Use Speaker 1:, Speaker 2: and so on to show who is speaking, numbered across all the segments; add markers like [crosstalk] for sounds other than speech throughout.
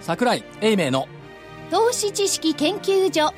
Speaker 1: 桜井英明の
Speaker 2: 投資知識研究所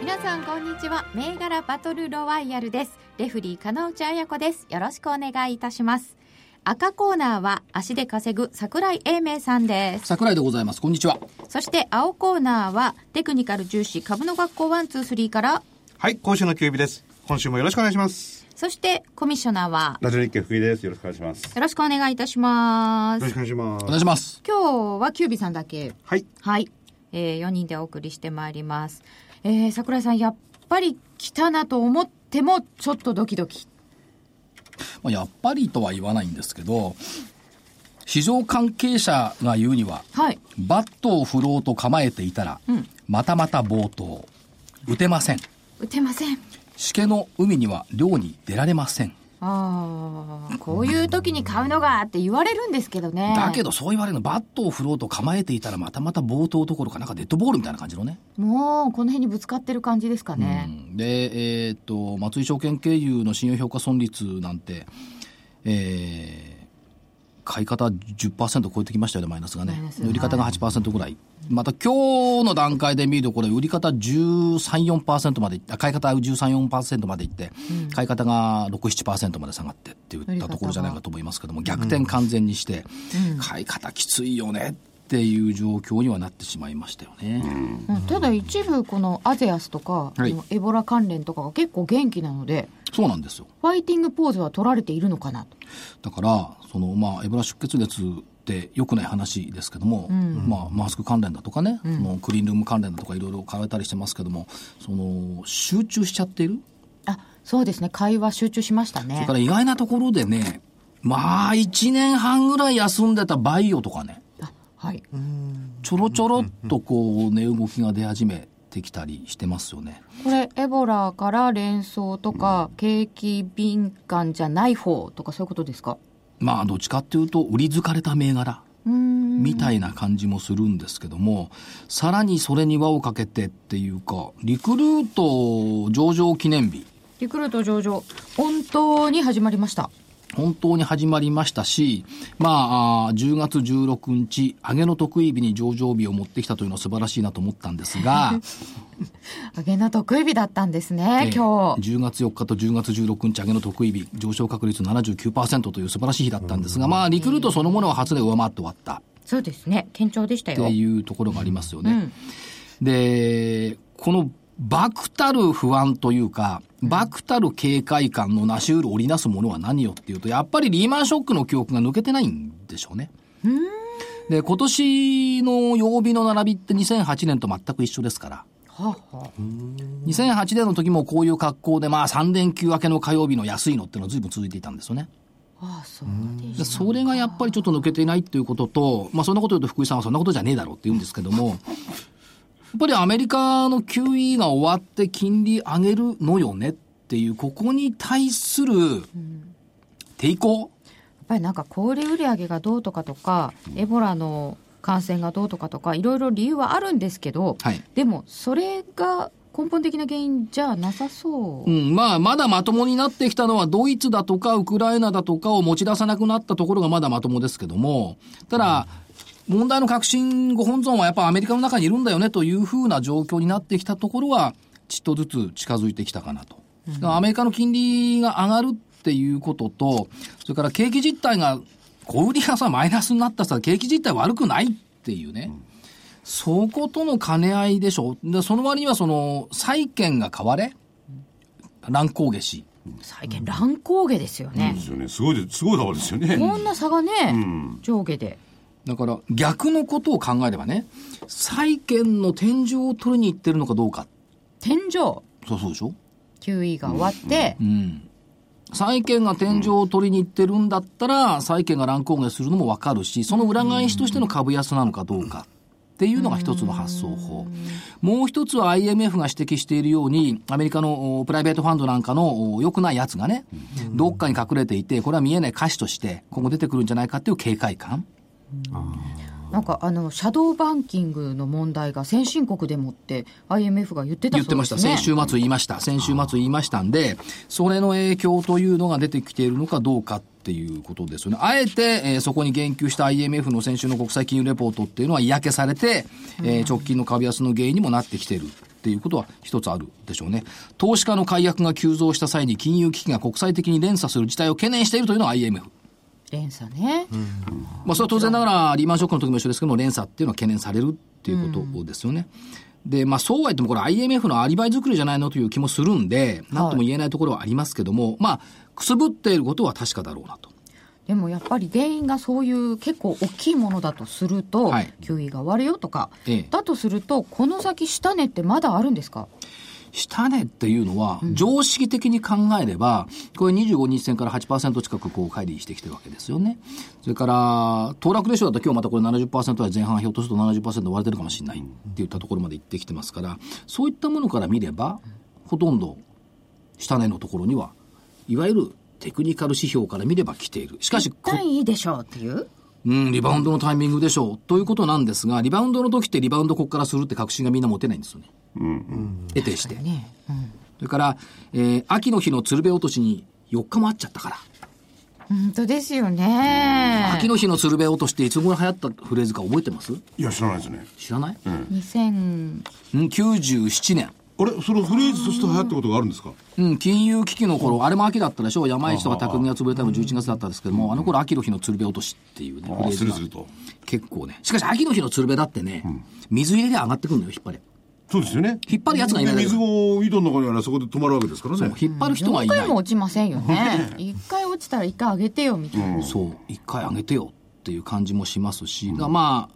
Speaker 3: 皆さんこんにちは銘柄バトルロワイヤルですレフリー金内彩子ですよろしくお願いいたします赤コーナーは足で稼ぐ桜井英明さんです
Speaker 1: 桜井でございますこんにちは
Speaker 3: そして青コーナーはテクニカル重視株の学校123から
Speaker 4: はい、今週の休日です。今週もよろしくお願いします。
Speaker 3: そしてコミッショナーは
Speaker 5: ラジオ日経福井です。よろしくお願いします。
Speaker 3: よろしくお願いいたしま
Speaker 4: よろし
Speaker 3: す
Speaker 4: くお願いしま
Speaker 1: お
Speaker 4: す。
Speaker 1: 願いします
Speaker 3: 今日はキュービさんだけ
Speaker 4: はい。
Speaker 3: はい、えー、4人でお送りしてまいります、えー、桜井さんやっぱり来たなと思ってもちょっとドキドキ
Speaker 1: まあやっぱりとは言わないんですけど市場関係者が言うには
Speaker 3: はい
Speaker 1: バットを振ろうと構えていたら、
Speaker 3: うん
Speaker 1: またまた冒頭打てません
Speaker 3: 打てません
Speaker 1: しけの海には漁に出られません
Speaker 3: ああこういう時に買うのがって言われるんですけどね
Speaker 1: だけどそう言われるのバットを振ろうと構えていたらまたまた冒頭どころかなんかデッドボールみたいな感じのね
Speaker 3: もうこの辺にぶつかってる感じですか
Speaker 1: う
Speaker 3: ね、
Speaker 1: んで、えーっと、松井証券経由の信用評価損率なんて、えー買い方10%超えてきましたよね、マイナスがね
Speaker 3: マイナ。ス
Speaker 1: 売り方が8%ぐらい。また今日の段階で見ると、これ、売り方13、4%まで、あ買い方13、4%までいって、買い方が6、7%まで下がってって言ったところじゃないかと思いますけども、逆転完全にして、買い方きついよねっていう状況にはなってしまいましたよね。
Speaker 3: うんただ一部このアゼアスとか、
Speaker 1: はい
Speaker 3: このエボラ関連とかが結構元気なので
Speaker 1: そうなんですよ。
Speaker 3: ファイティングポーズは取られているのかなと
Speaker 1: だからその、まあ、エボラ出血熱って良くない話ですけども、まあ、マスク関連だとかね、そのクリーンルーム関連だとかいろいろ変えたりしてますけどもその集中しちゃっている、
Speaker 3: あそうですね会話集中しました
Speaker 1: それ
Speaker 3: ね
Speaker 1: から意外なところでねまあ1年半ぐらい休んでたバイオとかね
Speaker 3: あはい
Speaker 1: ちょろちょろっとこう値動きが出始めてきたりしてますよね。
Speaker 3: これエボラから連想とか、景気敏感じゃない方とかそういうことですか
Speaker 1: まあどっちかっていうと売り疲れた銘柄みたいな感じもするんですけどもさらにそれに輪をかけてっていうかリクルート上場記念日
Speaker 3: リクルート上場本当に始まりました
Speaker 1: 本当に始まりましたし、まあ、あー10月16日、上げの得意日に上場日を持ってきたというのは素晴らしいなと思ったんです [laughs] が、
Speaker 3: 上げの得意日だったんですね、
Speaker 1: えー
Speaker 3: 今日
Speaker 1: 10月4日と10月16日上げの得意日、上昇確率79%という素晴らしい日だったんですが、まあ、リクルートそのものは初で上回って終わった。
Speaker 3: そうですね堅調でした
Speaker 1: って
Speaker 3: よ
Speaker 1: いうところがありますよね。で、この漠たる不安というか、漠たる警戒感のなしうる織りなすものは何よっていうと、やっぱりリーマンショックの記憶が抜けてないんでしょうね。で、今年の曜日の並びって2008年と全く一緒ですから。
Speaker 3: はあはあ
Speaker 1: 2008年の時もこういう格好で、まあ3連休明けの火曜日の安いのっていうのは随分続いていたんですよね。
Speaker 3: ああそうで
Speaker 1: で
Speaker 3: し
Speaker 1: それがやっぱりちょっと抜けていないっていうことと、まあ、そんなこと言うと福井さんはそんなことじゃねえだろうって言うんですけども、やっぱりアメリカの QE が終わって金利上げるのよねっていう、ここに対する抵抗、
Speaker 3: やっぱりなんか小売売上がどうとかとかエボラの感染がどうとかとかいろいろ理由はあるんですけど、
Speaker 1: はい
Speaker 3: でもそれが根本的な原因じゃなさそう、
Speaker 1: うん、まあ、まだまともになってきたのはドイツだとかウクライナだとかを持ち出さなくなったところがまだまともですけども、ただ、問題の核心、ご本尊はやっぱアメリカの中にいるんだよねというふうな状況になってきたところは、ちっとずつ近づいてきたかなと。だからアメリカの金利が上がるっていうことと、それから景気実態が、小売りがさ、マイナスになったさ、景気実態悪くないっていうね。そことの兼ね合いでしょ。で、その割にはその、債券が買われ、乱高下し。
Speaker 3: 最近乱高下ですよね
Speaker 5: で、すよね。すごいで、すごいだわですよ
Speaker 3: こ
Speaker 5: ね。
Speaker 3: んな差がね、上下で
Speaker 1: だから逆のことを考えればね、債券の天井を取りに行ってるのかどうか。
Speaker 3: 天井
Speaker 1: そうそうでしょ
Speaker 3: QE が終わって、
Speaker 1: うん。債券が天井を取りに行ってるんだったら、債券が乱高下するのもわかるし、その裏返しとしての株安なのかどうか。っていうのが一つの発想法。もう一つは IMF が指摘しているように、アメリカのおプライベートファンドなんかのお良くないやつがね、どっかに隠れていて、これは見えない歌詞として、今後出てくるんじゃないかっていう警戒感。
Speaker 3: なんかあのシャドーバンキングの問題が先進国でもって IMF が言ってた
Speaker 1: 言っ
Speaker 3: そ
Speaker 1: て
Speaker 3: う
Speaker 1: ま
Speaker 3: で
Speaker 1: し
Speaker 3: す
Speaker 1: た。
Speaker 3: ね。
Speaker 1: 先週末言いました。先週末言いましたんで、それの影響というのが出てきているのかどうかっていうことですよね。あえて、えーそこに言及した IMF の先週の国際金融レポートっていうのは嫌気されて、えー直近の株安の原因にもなってきている。っていうことは一つあるでしょうね。投資家の解約が急増した際に金融危機が国際的に連鎖する事態を懸念しているというのが IMF。
Speaker 3: 連鎖ね。
Speaker 1: まあ、それは当然ながら、リーマンショックの時も一緒ですけども、連鎖っていうのは懸念されるっていうことですよね。で、まあ、そうは言っても、これ IMF のアリバイ作りじゃないのという気もするんで、なんとも言えないところはありますけども、まあ、くすぶっていることは確かだろうなと。
Speaker 3: でもやっぱり原因がそういう結構大きいものだとすると、
Speaker 1: はい
Speaker 3: 給油が終わるよとか、
Speaker 1: ええ
Speaker 3: だとするとこの先下値ってまだあるんですか
Speaker 1: 下値っていうのは、常識的に考えれば、これ25日線から8%近くこう乖離してきてるわけですよね。それから、騰落レシオだと今日またこれ70%は前半ひょっとすると70%割れてるかもしれないっていったところまで行ってきてますから、そういったものから見れば、ほとんど下値のところには、いわゆるテクニカル指標から見れば来ている。しかし、こ
Speaker 3: 単位いいでしょうっていう
Speaker 1: うん、リバウンドのタイミングでしょう。ということなんですが、リバウンドの時ってリバウンドここからするって確信がみんな持てないんですよね。得てして。
Speaker 3: ね。
Speaker 1: それから、えー秋の日の鶴瓶落としに4日もあっちゃったから、
Speaker 3: 本当ですよね。
Speaker 1: 秋の日の鶴瓶落としっていつ頃流行ったフレーズか覚えてます
Speaker 4: いや、知らないですね。
Speaker 1: 知らない、
Speaker 3: 2000
Speaker 1: うん、?97 年。
Speaker 4: あれ、そのフレーズとして流行ったことがあるんですか。
Speaker 1: うん、金融危機の頃、あれも秋だったでしょう。山市とか匠が潰れたのも11月だったんですけども、あの頃秋の日の鶴瓶落としっていうね、フレ
Speaker 4: あ
Speaker 1: ー
Speaker 4: あ、
Speaker 1: ズ
Speaker 4: する
Speaker 1: が
Speaker 4: すると。
Speaker 1: 結構ね。しかし秋の日の鶴瓶だってね、水入れで上がってくるのよ、引っ張れ。
Speaker 4: そうですよね。
Speaker 1: 引っ張る奴がいない
Speaker 4: で
Speaker 1: だけ
Speaker 4: 水を井戸の中にあればそこで止まるわけですからね。
Speaker 1: 引っ張る人がい
Speaker 3: 4
Speaker 1: ない
Speaker 3: 回も。落ちませんよね。一回落ちたら一回上げてよみたいな。
Speaker 1: そう、一回上げてよっていう感じもしますし、だからまあ、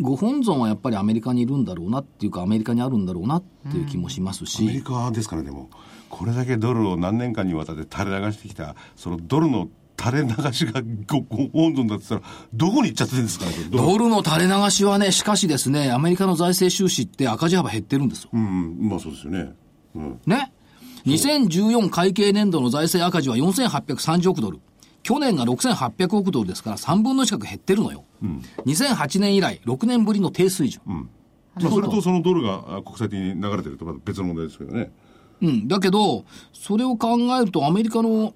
Speaker 1: ご本尊はやっぱりアメリカにいるんだろうなっていうか、アメリカにあるんだろうなっていう気もします
Speaker 4: アメリ
Speaker 1: し、
Speaker 4: カですからね、でもこれだけドルを何年間にわたって垂れ流してきた、そのドルの垂れ流しがごご本尊だって言ったら、どこに行っちゃってるんですかね、これどう
Speaker 1: ドルの垂れ流しはね、しかしですね、アメリカの財政収支って赤字幅減ってるんですよ。
Speaker 4: うん、まあそうですよね。うん、
Speaker 1: ね。2014会計年度の財政赤字は4830億ドル。去年が6800億ドルですから3分の1近く減ってるのよ。2008年以来6年ぶりの低水準。
Speaker 4: まあ、それとそのドルがあ国際的に流れてるとまた別の問題ですけどね。
Speaker 1: うん、だけど、それを考えると、アメリカの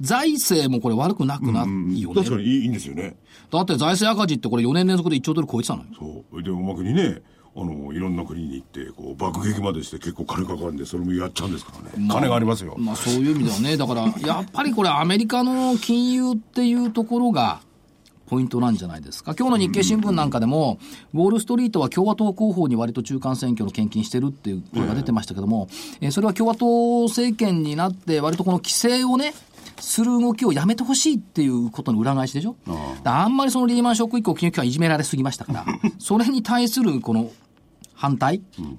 Speaker 1: 財政もこれ悪くなくないよね。
Speaker 4: 確かにいいいいんですよね。
Speaker 1: だって財政赤字ってこれ4年連続で1兆ドル超えてたのよ。
Speaker 4: そう。で、うまくにね、あの、いろんな国に行って、こう、爆撃までして結構金かかるんで、それもやっちゃうんですからね。金がありますよ。
Speaker 1: まあそういう意味では
Speaker 4: [laughs]
Speaker 1: ね、だから、やっぱりこれアメリカの金融っていうところが、ポイントなんじゃないですか。今日の日経新聞なんかでも、ウォールストリートは共和党候補に割と中間選挙の献金してるっていう声が出てましたけども、えーそれは共和党政権になって、割とこの規制をね、する動きをやめてほしいっていうことの裏返しでしょ。ああんまりそのリーマンショック以降、金融機関いじめられすぎましたから、それに対するこの反対っ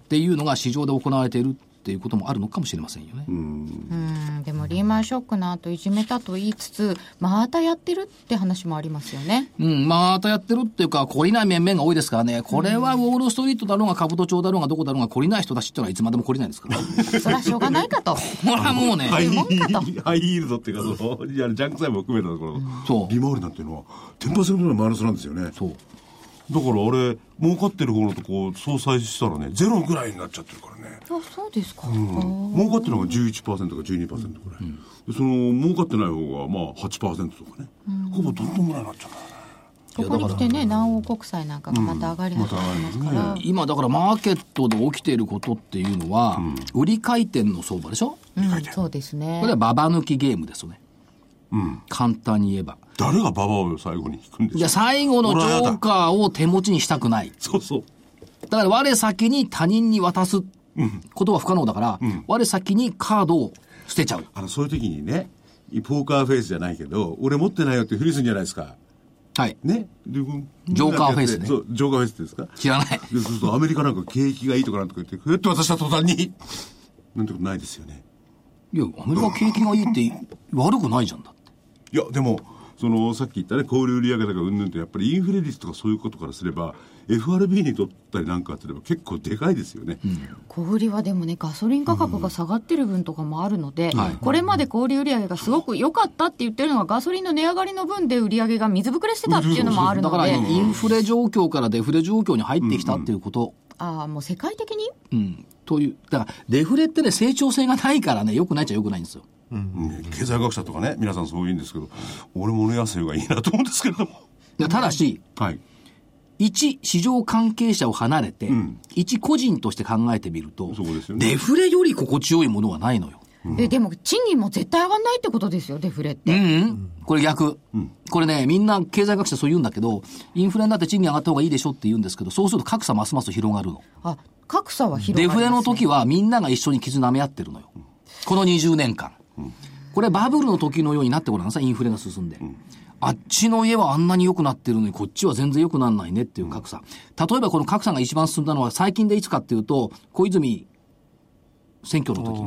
Speaker 1: ていうのが市場で行われているっていうこともあるのかもしれませんよね。
Speaker 3: うんでもリーマンショックの後いじめたと言いつつまたやってるって話もありますよね。
Speaker 1: うん、またやってるっていうか、懲りない面々が多いですからね、これはウォールストリートだろうが、兜町だろうが、どこだろうが、懲りない人たちってのはいつまでも懲りないですから。
Speaker 3: そりゃしょうがな
Speaker 1: [laughs]
Speaker 3: いかと。
Speaker 1: ほら、もうね、
Speaker 4: ハイ
Speaker 3: もんかと
Speaker 4: ハイヒールドっていうか、その、いやジャンク債も含めたところ、
Speaker 1: そう
Speaker 4: 利回りなんていうのは、10%のマイナスなんですよね。
Speaker 1: そう。
Speaker 4: だからあれ、儲かってる方のとこ、相殺したらね、ゼロぐらいになっちゃってるからね。
Speaker 3: あそうですか。
Speaker 4: 儲かってるのが11%か12%ぐらい、でその儲かってない方がまあ8%とかね、ほぼどんどんぐらいになっちゃう
Speaker 3: ここに来てね南欧国債なんかがまた上がり
Speaker 4: ま
Speaker 3: 始
Speaker 4: た
Speaker 3: め
Speaker 4: 上がり
Speaker 3: ま
Speaker 4: ますす
Speaker 3: か
Speaker 4: ね
Speaker 3: ら、
Speaker 1: 今、だからマーケットで起きていることっていうのは、売り回転の相場でしょ
Speaker 3: うんそうですね
Speaker 1: これはババ抜きゲームですよね。簡単に言えば。
Speaker 4: 誰がババアを最後に引くんで
Speaker 1: じゃあ
Speaker 4: すか
Speaker 1: 最後のジョーカーを手持ちにしたくない。
Speaker 4: そうそう
Speaker 1: だから我先に他人に渡すことは不可能だから、我先にカードを捨てちゃう。
Speaker 4: あのそういう時にねポーカーフェイスじゃないけど俺持ってないよってフリするんじゃないですか
Speaker 1: はい。
Speaker 4: ね
Speaker 1: ジ
Speaker 4: で
Speaker 1: ョーカーフェイスね
Speaker 4: そうジョーカーフェイスですか
Speaker 1: 知らない。
Speaker 4: でそうするとアメリカなんか景気がいいとかなんとか言ってふって渡した途端になんてことないですよね
Speaker 1: いや、アメリカ景気がいいって悪くないじゃんだって。
Speaker 4: いやでもそのさっき言ったね小売売上高がうんぬんってやっぱりインフレ率とかそういうことからすれば FRB にとったりなんかすれば結構でかいですよね、
Speaker 3: 小売りはでもねガソリン価格が下がってる分とかもあるので、
Speaker 1: はい
Speaker 3: これまで小売り売上がすごく良かったって言ってるのがガソリンの値上がりの分で売り上げが水ぶくれしてたっていうのもあるの
Speaker 1: だ
Speaker 3: で
Speaker 1: から、インフレ状況からデフレ状況に入ってきたっていうこと、
Speaker 3: ああもう世界的に
Speaker 1: うんという、だから、デフレってね、成長性がないからね、良くないっちゃ良くないんですよ。
Speaker 4: ね経済学者とかね皆さんそう言うんですけど俺も野生がいいなと思うんですけれども
Speaker 1: でただし、
Speaker 4: はい
Speaker 1: 一市場関係者を離れて、一個人として考えてみると、
Speaker 4: そうですよね
Speaker 1: デフレより心地よいものはないのよ。
Speaker 3: えでも賃金も絶対上がんないってことですよデフレって、
Speaker 1: うん、これ逆、これね、みんな経済学者そう言うんだけど、インフレになって賃金上がった方がいいでしょって言うんですけど、そうすると格差ますます広がるの。
Speaker 3: あ格差は広
Speaker 1: デ
Speaker 3: がり
Speaker 1: フ
Speaker 3: ます、ね、
Speaker 1: レの時はみんなが一緒に傷舐め合ってるのよ。この20年間。これバブルの時のようになってごらんなさい、インフレが進んで。あっちの家はあんなに良くなってるのに、こっちは全然良くならないねっていう格差。例えばこの格差が一番進んだのは最近でいつかっていうと、小泉選挙の時。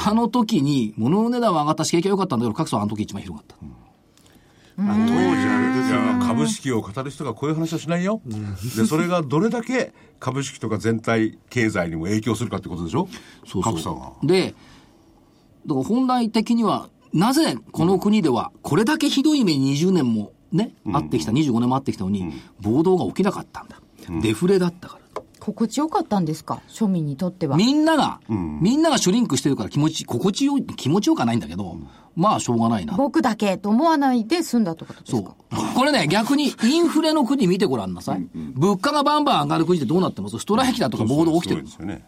Speaker 1: あの時に物の値段は上がったし景気は良かったんだけど、格差はあの時一番広がった。
Speaker 4: 当時あれですよ株式を語る人がこういう話はしないよ、でそれがどれだけ株式とか全体経済にも影響するかってことでしょ
Speaker 1: そう
Speaker 4: 格差が
Speaker 1: そう。で、だから本来的には、なぜこの国では、これだけひどい目に20年もね、あってきた、25年もあってきたのに、暴動が起きなかったんだ。デフレだったから。
Speaker 3: 心地よかったんですか庶民にとっては
Speaker 1: みんなが、みんながシュリンクしてるから気持ち、心地よい、気持ちよくはないんだけど、まあしょうがないな。
Speaker 3: 僕だけと思わないで済んだってことです
Speaker 1: そ
Speaker 3: か
Speaker 1: う。これね、逆 [laughs] にインフレの国見てごらんなさい。物価がバンバン上がる国ってどうなってますストライキだとか暴動起きてる
Speaker 4: そう。ですよね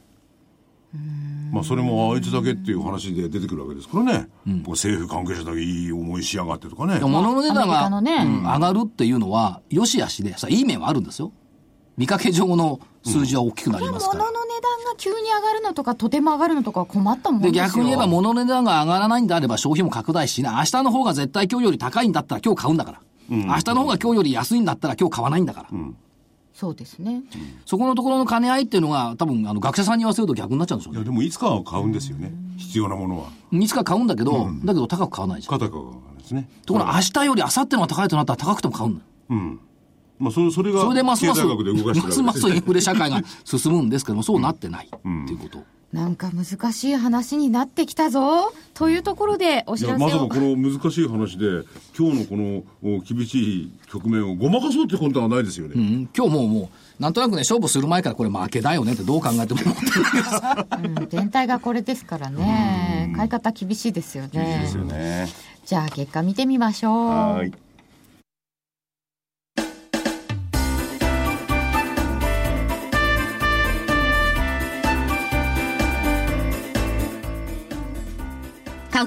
Speaker 4: まあそれもあいつだけっていう話で出てくるわけですからね、僕政府関係者だけいい思いしやがってとかね
Speaker 1: でも物の値段が、
Speaker 3: アメリカのね
Speaker 1: うん上がるっていうのは、よしあしで、さいい面はあるんですよ。見かけ上の数字は大きくなりますか
Speaker 3: 物
Speaker 1: ら。
Speaker 3: の値段が急に上がるのとかとても上がるのとか困ったもんで
Speaker 1: です
Speaker 3: よ
Speaker 1: 逆に言えば物の値段が上がらないんであれば消費も拡大しない。明日の方が絶対今日より高いんだったら今日買うんだから。明日の方が今日より安いんだったら今日買わないんだから。
Speaker 3: そうですね
Speaker 1: そこのところの兼ね合いっていうのが多分あの学者さんに言わせると逆になっちゃうんでしょう
Speaker 4: い
Speaker 1: ね
Speaker 4: やでもいつかは買うんですよね必要なものはい
Speaker 1: つか買うんだけど、だけど高く買わないじゃん。
Speaker 4: 片方がですね
Speaker 1: ところが明日より明後日の方が高いとなったら高くても買うんだよ。
Speaker 4: まあそれそれが
Speaker 1: それでます
Speaker 4: 経
Speaker 1: ます、
Speaker 4: 済学で動かしてるわけ
Speaker 1: ま
Speaker 4: ですね
Speaker 1: ますインフレ社会が進むんですけども、そうなってないっていうこと。
Speaker 3: なんか難しい話になってきたぞというところでお
Speaker 4: い
Speaker 3: 知
Speaker 4: や
Speaker 3: らせ
Speaker 4: ま
Speaker 3: を
Speaker 4: さかこの難しい話で今日のこのお厳しい局面をごまかそうってことはないですよね、
Speaker 1: うん今日もうもう、なんとなくね、勝負する前からこれ負けだよねってどう考えても思ってるけどさ
Speaker 3: うん全体がこれですからね買い方厳しいですよね
Speaker 4: ですよね
Speaker 3: じゃあ結果見てみましょう
Speaker 4: はい
Speaker 2: 花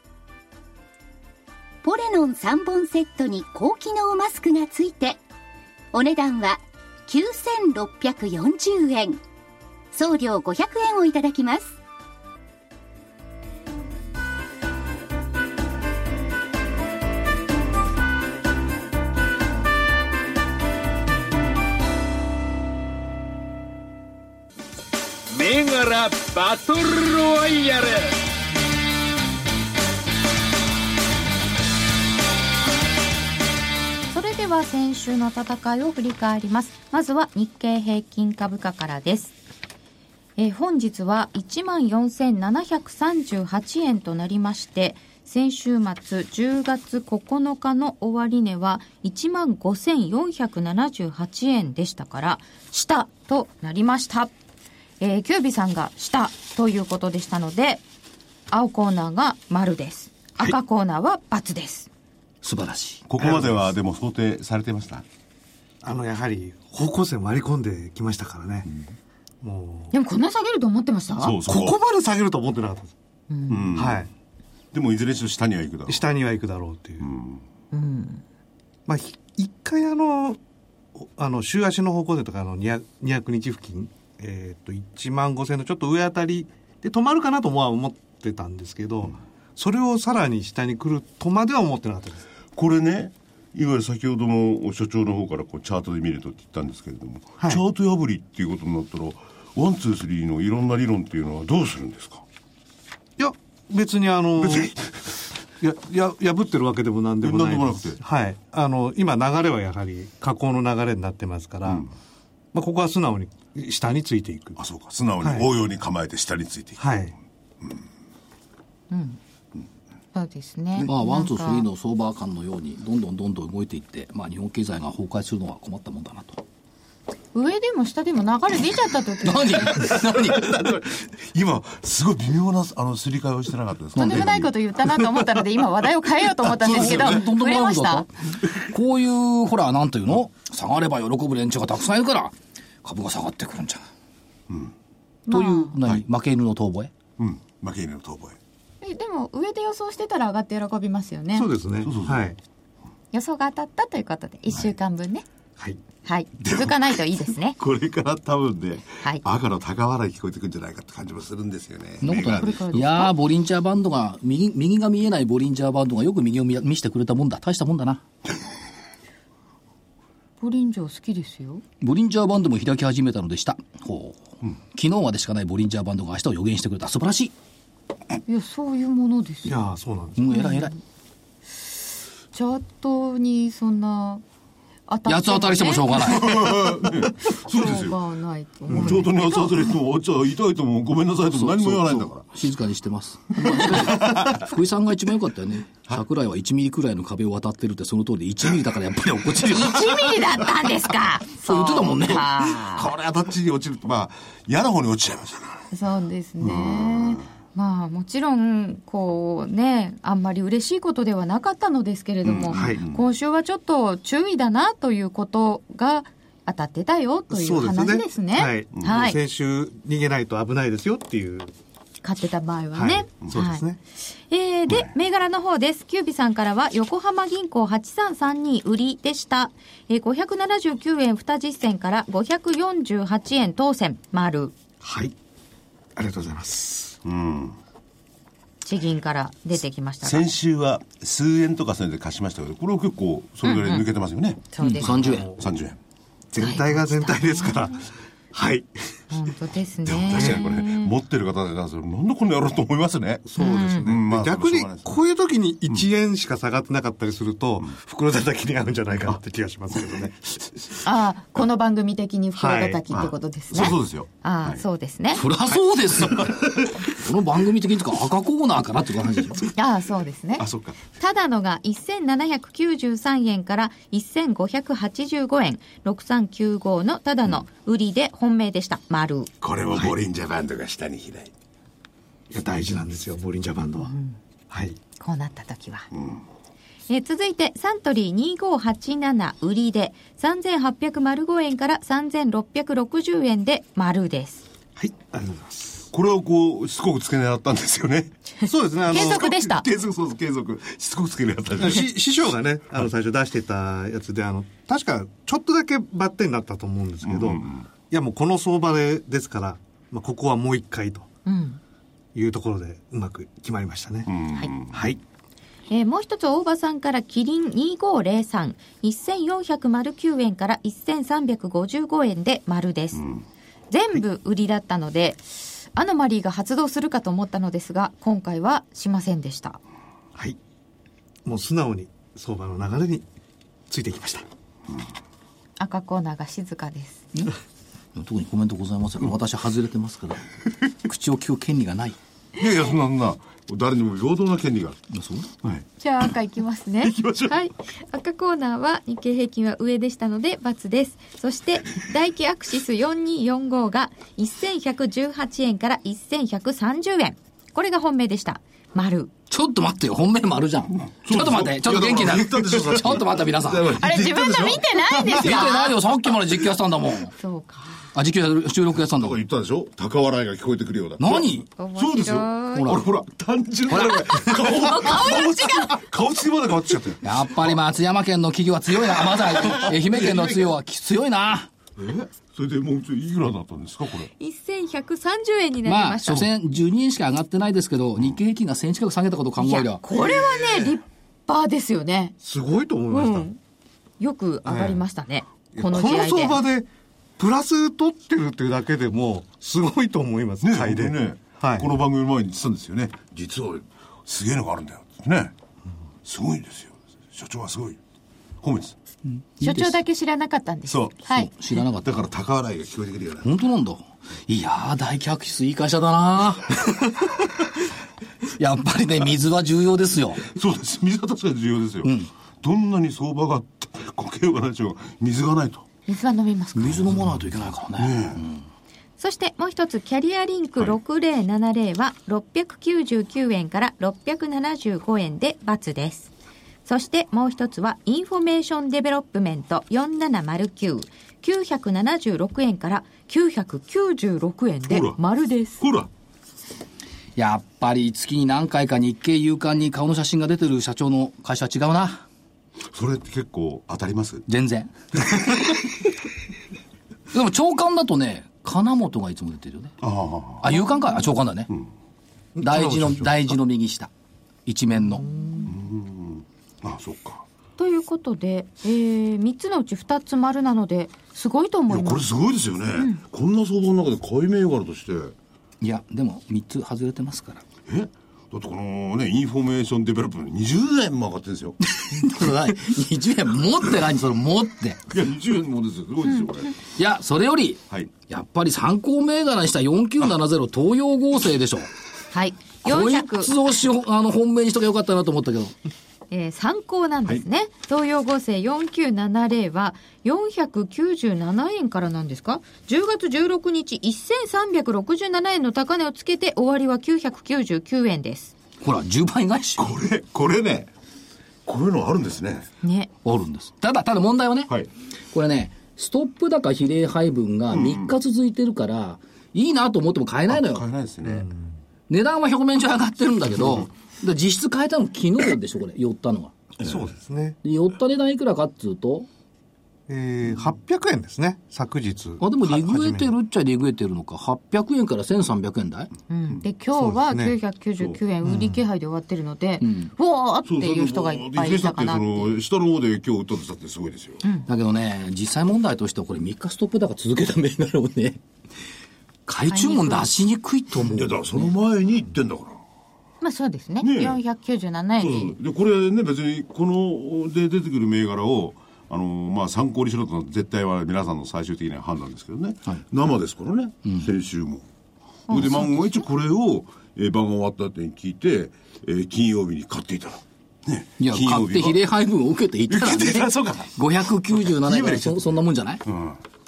Speaker 2: ポレノン3本セットに高機能マスクがついてお値段は9640円送料500円をいただきます
Speaker 6: 銘柄バトルロワイヤル
Speaker 7: それでは先週の戦いを振り返ります。まずは日経平均株価からです。えー本日は14,738円となりまして、
Speaker 3: 先週末10月9日の終値は1万5478円でしたから下となりました、えーキュービさんが下ということでしたので青コーナーが丸です赤コーナーは×です、
Speaker 1: 素晴らしい。
Speaker 4: ここまではでも想定されてました
Speaker 8: あの、やはり、方向性割り込んできましたからね。もう、
Speaker 3: でもこんなに下げると思ってました
Speaker 4: そうそ
Speaker 8: こ
Speaker 4: こ
Speaker 8: こまで下げると思ってなかったです。
Speaker 4: うん
Speaker 8: は
Speaker 4: でもいずれにしろ下には行くだろ
Speaker 8: い。下には行くだろうっていう。
Speaker 4: う、うん、
Speaker 8: まあ、ひ一回あの、おあの、週足の方向でとか、あの、200 200日付近、えっ、と、1万5000のちょっと上あたりで止まるかなともは思ってたんですけど、それをさらに下に来るとまでは思ってなかったです。
Speaker 4: これねいわゆる先ほども所長の方からこうチャートで見るとって言ったんですけれども、
Speaker 8: はい
Speaker 4: チャート破りっていうことになったらワンツースリーのいろんな理論っていうのはどうするんですか
Speaker 8: いや、別にあの、
Speaker 4: 別に
Speaker 8: や、や、破ってるわけでも何でもないで
Speaker 4: えなんで
Speaker 8: す。
Speaker 4: もなくて
Speaker 8: はい。あの、今流れはやはり下降の流れになってますから、まあ、ここは素直に下についていく。
Speaker 4: あそうか素直に
Speaker 8: はい
Speaker 4: 応用に構えて下についていく、
Speaker 8: はい。
Speaker 3: そうですね
Speaker 1: まあ、ワン、ツー、スリー
Speaker 3: なんか
Speaker 1: の相場感のように、どんどんどんどん動いていって、まあ、日本経済が崩壊するのは困ったもんだなと。
Speaker 3: 上でも下でも流れ出ちゃった時
Speaker 1: 何何
Speaker 4: 今すごい微妙なあのすり替えをしてなかったですか
Speaker 3: とんでもないこと言ったなと思ったので今話題を変えようと思ったんですけど
Speaker 1: そうそう
Speaker 3: 触れました
Speaker 1: こういう、ほら、なんというの下がれば喜ぶ連中がたくさんいるから、株が下がってくるんじゃない。という、何、負け犬の遠吠え
Speaker 4: うん負け犬の遠吠え
Speaker 3: えでも上で予想してたら上がって喜びますよね
Speaker 8: そうですね。はい。
Speaker 3: 予想が当たったということで1週間分ね
Speaker 8: はい。
Speaker 3: はい、続かないといいですね
Speaker 4: これから多分ね、
Speaker 3: はい
Speaker 4: 赤の高笑い聞こえてくるんじゃないかって感じもするんですよね
Speaker 1: そんなこと
Speaker 4: 銘柄
Speaker 1: な
Speaker 4: で
Speaker 1: い。いやー、ボリンジャーバンドが、右、右が見えないボリンジャーバンドがよく右を見見せてくれたもんだ。大したもんだな。
Speaker 3: ボリンジョー好きですよ
Speaker 1: ボリンジャーバンドも開き始めたのでした。ほう。昨日までしかないボリンジャーバンドが明日を予言してくれた。素晴らしい。
Speaker 3: いやそういうものです
Speaker 8: い
Speaker 3: よ
Speaker 8: やーそうなんです
Speaker 1: う。ん、偉い偉い。
Speaker 3: チャートにそんな当た
Speaker 1: 八つ当たりしてもしょうがない。
Speaker 4: そうです
Speaker 3: しょう
Speaker 4: よ
Speaker 3: がないと思う
Speaker 4: ちょうどに朝されても、じゃあ痛いともごめんなさいとも [laughs] 何も言わないんだから。
Speaker 1: 静かにしてます。福井さんが一番良かったよ
Speaker 4: [laughs]
Speaker 1: ね。桜井は1ミリくらいの壁を渡ってるってその通りで1ミリだからやっぱり落っこち
Speaker 4: [laughs]
Speaker 1: るよ。
Speaker 3: 1ミリだったんですか
Speaker 1: そう言ってたもんね
Speaker 3: そうか
Speaker 4: これはどっちに落ちると、まあ、嫌な方に落ちちゃいますよね。
Speaker 3: そうですね。まあもちろんこうねあんまり嬉しいことではなかったのですけれども、
Speaker 8: うんはい
Speaker 3: 今週はちょっと注意だなということが当たってたよという話ですね。
Speaker 8: はい。
Speaker 3: は
Speaker 8: 先週逃げないと危ないですよっていう。
Speaker 3: 買ってた場合はね。
Speaker 8: はいそうですね
Speaker 3: はいえーで、銘柄の方です。キュービさんからは、横浜銀行8332売りでした。えー、579円二実銭から548円当選、丸。
Speaker 8: はい。ありがとうございます。
Speaker 3: 地銀から出てきましたが
Speaker 4: 先週は数円とかそれで貸しましたけど、これは結構それぐらい抜けてますよね。
Speaker 3: そうですね
Speaker 1: 30円。
Speaker 4: 30円。
Speaker 8: 全体が全体ですから。はい。
Speaker 3: 本当です
Speaker 4: でも確かにこれ、
Speaker 3: ね。
Speaker 4: 持ってる方からすると、なんでこんなやろうと思いますね。
Speaker 8: そうですね。
Speaker 4: んまあ
Speaker 8: で逆
Speaker 4: し
Speaker 8: に
Speaker 4: ょうがないです、
Speaker 8: こういう時に1円しか下がってなかったりすると、袋叩きに合うんじゃないかなって気がしますけどね。
Speaker 3: ああ、この番組的に袋叩きってことですね。
Speaker 4: そうそうですよ。
Speaker 3: ああ、そうですね。
Speaker 1: そりゃそう
Speaker 4: [laughs]
Speaker 1: ですよ。この番組的にとか赤コーナーかなっていう話でしょ。
Speaker 3: ああ、そうですね。
Speaker 8: あ、そっか。
Speaker 3: ただのが1793円から1585円、6395のただの売りで本命でした。丸。
Speaker 4: これもボリンジャーバンドが下に開いて。
Speaker 8: いや、大事なんですよ、ボリンジャーバンドは。はい。
Speaker 3: こうなった時は。えー続いて、サントリー2587売りで、3805円から3660円で丸です。
Speaker 8: はい、ありがとうございます。
Speaker 4: これをこう、しつこく付け狙ったんですよね。
Speaker 8: そうですね、あ
Speaker 3: 継続でした
Speaker 4: 継続、そうです、継続。しつこく付け狙ったんですよ。
Speaker 8: し師匠がね、あの、最初出してたやつで、あの、確か、ちょっとだけバッテンになったと思うんですけど、いや、もうこの相場で、ですから、まあ、ここはもう一回と
Speaker 3: うん。
Speaker 8: いうところで、うまく決まりましたね。
Speaker 3: はい。
Speaker 8: はい。
Speaker 3: えーもう一つ大場さんからキリン2503 1409円から1355円で丸です、全部売りだったので、アノマリーが発動するかと思ったのですが今回はしませんでした
Speaker 8: はい。もう素直に、相場の流れについていきました。
Speaker 3: 赤コーナーが静かです
Speaker 1: 特にコメントございません。私外れてますから。口を聞く権利がない。
Speaker 4: いやいや、そんな、そんな、誰にも平等な権利がある。
Speaker 1: そう
Speaker 4: はい。
Speaker 7: じゃあ赤いきますね。
Speaker 4: きましょう
Speaker 7: はい。赤コーナーは日経平均は上でしたので×です。そして、大気アクシス4245が1118円から1130円。これが本命でした。丸。
Speaker 1: ちょっと待ってよ、本命丸じゃん。ちょっと待って、ちょっと元気になる。
Speaker 4: いやだから言ったでしょさっき
Speaker 1: ちょっと待って、皆さん。見
Speaker 3: あれ自分の見てないんです
Speaker 1: て
Speaker 3: か
Speaker 1: ないよ、さっきまで実況やってたんだもん。
Speaker 3: そうか
Speaker 1: あ、実況や、収録やってたんだも
Speaker 4: 言
Speaker 1: ん。
Speaker 4: ったでしょ高笑いが聞こえてくるようだ。
Speaker 1: 何
Speaker 4: そうですよ。ほら、ほら、単純な顔、顔つき、顔つきまで変わってきちゃってる。
Speaker 1: やっぱり松山県の企業は強いな。まだ、愛媛県の企業は強いな。
Speaker 4: えそれでもう一度いくらだったんですかこれ。
Speaker 7: 1130円になり
Speaker 1: まあ、
Speaker 7: ました。
Speaker 1: 所詮12円しか上がってないですけど、日経平均が1000近く下げたことを考
Speaker 3: い
Speaker 1: え
Speaker 3: や
Speaker 1: りゃ。
Speaker 3: これはね立派ですよね
Speaker 8: すごいと思いました。
Speaker 3: うんよく上がりましたね、
Speaker 8: いや
Speaker 3: この試合で
Speaker 8: 相場で、プラス取ってるっていうだけでも、すごいと思います、
Speaker 4: ね
Speaker 8: 買いで。
Speaker 4: 僕ね、
Speaker 8: はい。
Speaker 4: この番組の前に言ってたんですよね。実は、すげえのがあるんだよ。ね。すごいんですよ。所長はすごい。褒めて
Speaker 7: 所長だけ知らなかったんで
Speaker 4: た。
Speaker 7: す。
Speaker 4: そう。
Speaker 7: はい。
Speaker 1: 知らなかっ
Speaker 4: だ
Speaker 1: た。
Speaker 4: から高笑いが聞こえてくるような。
Speaker 1: 本当なんだ。いやー、大客室いい会社だな [laughs] やっぱりね、水は重要ですよ。
Speaker 4: そうです。水は確かに重要ですよ。どんなに相場があって、こけようがないでしょうが、水がないと。
Speaker 3: 水は飲みますか
Speaker 1: 水飲まないといけないからね。
Speaker 7: そしてもう一つ、キャリアリンク6070は699円から675円で×です。そしてもう一つは、インフォメーションデベロップメント4709、976円から996円で
Speaker 4: ほら
Speaker 7: 丸です。
Speaker 4: ほら
Speaker 1: やっぱり月に何回か日経夕刊に顔の写真が出てる社長の会社は違うな。
Speaker 4: それって結構当たります
Speaker 1: 全然。 [laughs] でも長官だとね、金本がいつも出てるよね。
Speaker 4: ああ。
Speaker 1: あ、夕刊か。あ、長官だね。大事の、大事の右下。一面の。
Speaker 4: ああ、そっか。
Speaker 3: ということで、え3つのうち2つ丸なのですごいと思
Speaker 4: い
Speaker 3: い
Speaker 4: や、
Speaker 3: ま
Speaker 4: こ
Speaker 3: す
Speaker 4: れすごいですよね。こんな相場の中で買い銘柄として。
Speaker 1: いや、でも3つ外れてますから。
Speaker 4: えだってこのね、インフォメーションデベロップメント20円も上がってるんで
Speaker 3: [laughs]
Speaker 4: すよ。
Speaker 1: 20円持って何それ持って。
Speaker 4: いや、20円もですよ。すごいですよ、これ。
Speaker 1: いや、それより、
Speaker 4: はい。
Speaker 1: やっぱり参考銘柄にした4970東洋合成でしょ。
Speaker 3: はい
Speaker 1: こい
Speaker 3: 400
Speaker 1: つをしほあの本命にしとけばよかったなと思ったけど。
Speaker 3: えー参考なんですね、東洋合成4970は497円からなんですか10月16日1367円の高値をつけて終わりは999円です
Speaker 1: ほら、10倍返し。
Speaker 4: これ、これね、こういうのあるんですね。
Speaker 3: ね
Speaker 1: あるんです。ただ、ただ問題はね、
Speaker 4: はい
Speaker 1: これね、ストップ高比例配分が3日続いてるから、いいなと思っても買えないの
Speaker 4: 買え
Speaker 1: よ。
Speaker 4: ないですね。
Speaker 1: 値段は表面上上がってるんだけど、で実質買えたの昨日でしょ、これ、寄ったのが。
Speaker 8: そうですね。
Speaker 1: で、寄った値段いくらかっつうと、
Speaker 8: えー、800円ですね、昨日。
Speaker 1: あ、でも
Speaker 8: は
Speaker 1: リグえて
Speaker 8: 初め
Speaker 1: るっちゃリグえてるのか、800円から1300円台
Speaker 3: うん、で今日は
Speaker 8: そうですね
Speaker 3: 999円売り気配で終わってるので、うわーっていう人がいっぱいいたかなって
Speaker 4: そ
Speaker 3: いう
Speaker 4: の下の方で今日売ったとしたってすごいですよ。
Speaker 1: だけどね、実際問題としてはこれ3日ストップ高続けた銘柄をね、買い注文出しにくいと思う
Speaker 4: いや、。だからその前に行ってんだから。
Speaker 3: まあそうですね
Speaker 4: ねえ
Speaker 3: 497円
Speaker 4: そう
Speaker 3: に
Speaker 4: そうでこれね別にこので出てくる銘柄をあのまあ参考にしろと絶対は皆さんの最終的な判断ですけどね、生ですからね、先週も。で万が一これを、えー、番が終わった後に聞いて、えー金曜日に買っていたら。ね、
Speaker 1: いや、
Speaker 4: 金
Speaker 1: 買
Speaker 4: 曜
Speaker 1: って比
Speaker 4: 日
Speaker 1: 例配分を受けていったらね、
Speaker 4: 受 [laughs] けていたらそうか
Speaker 1: 597円からそそんなもんじゃない
Speaker 4: が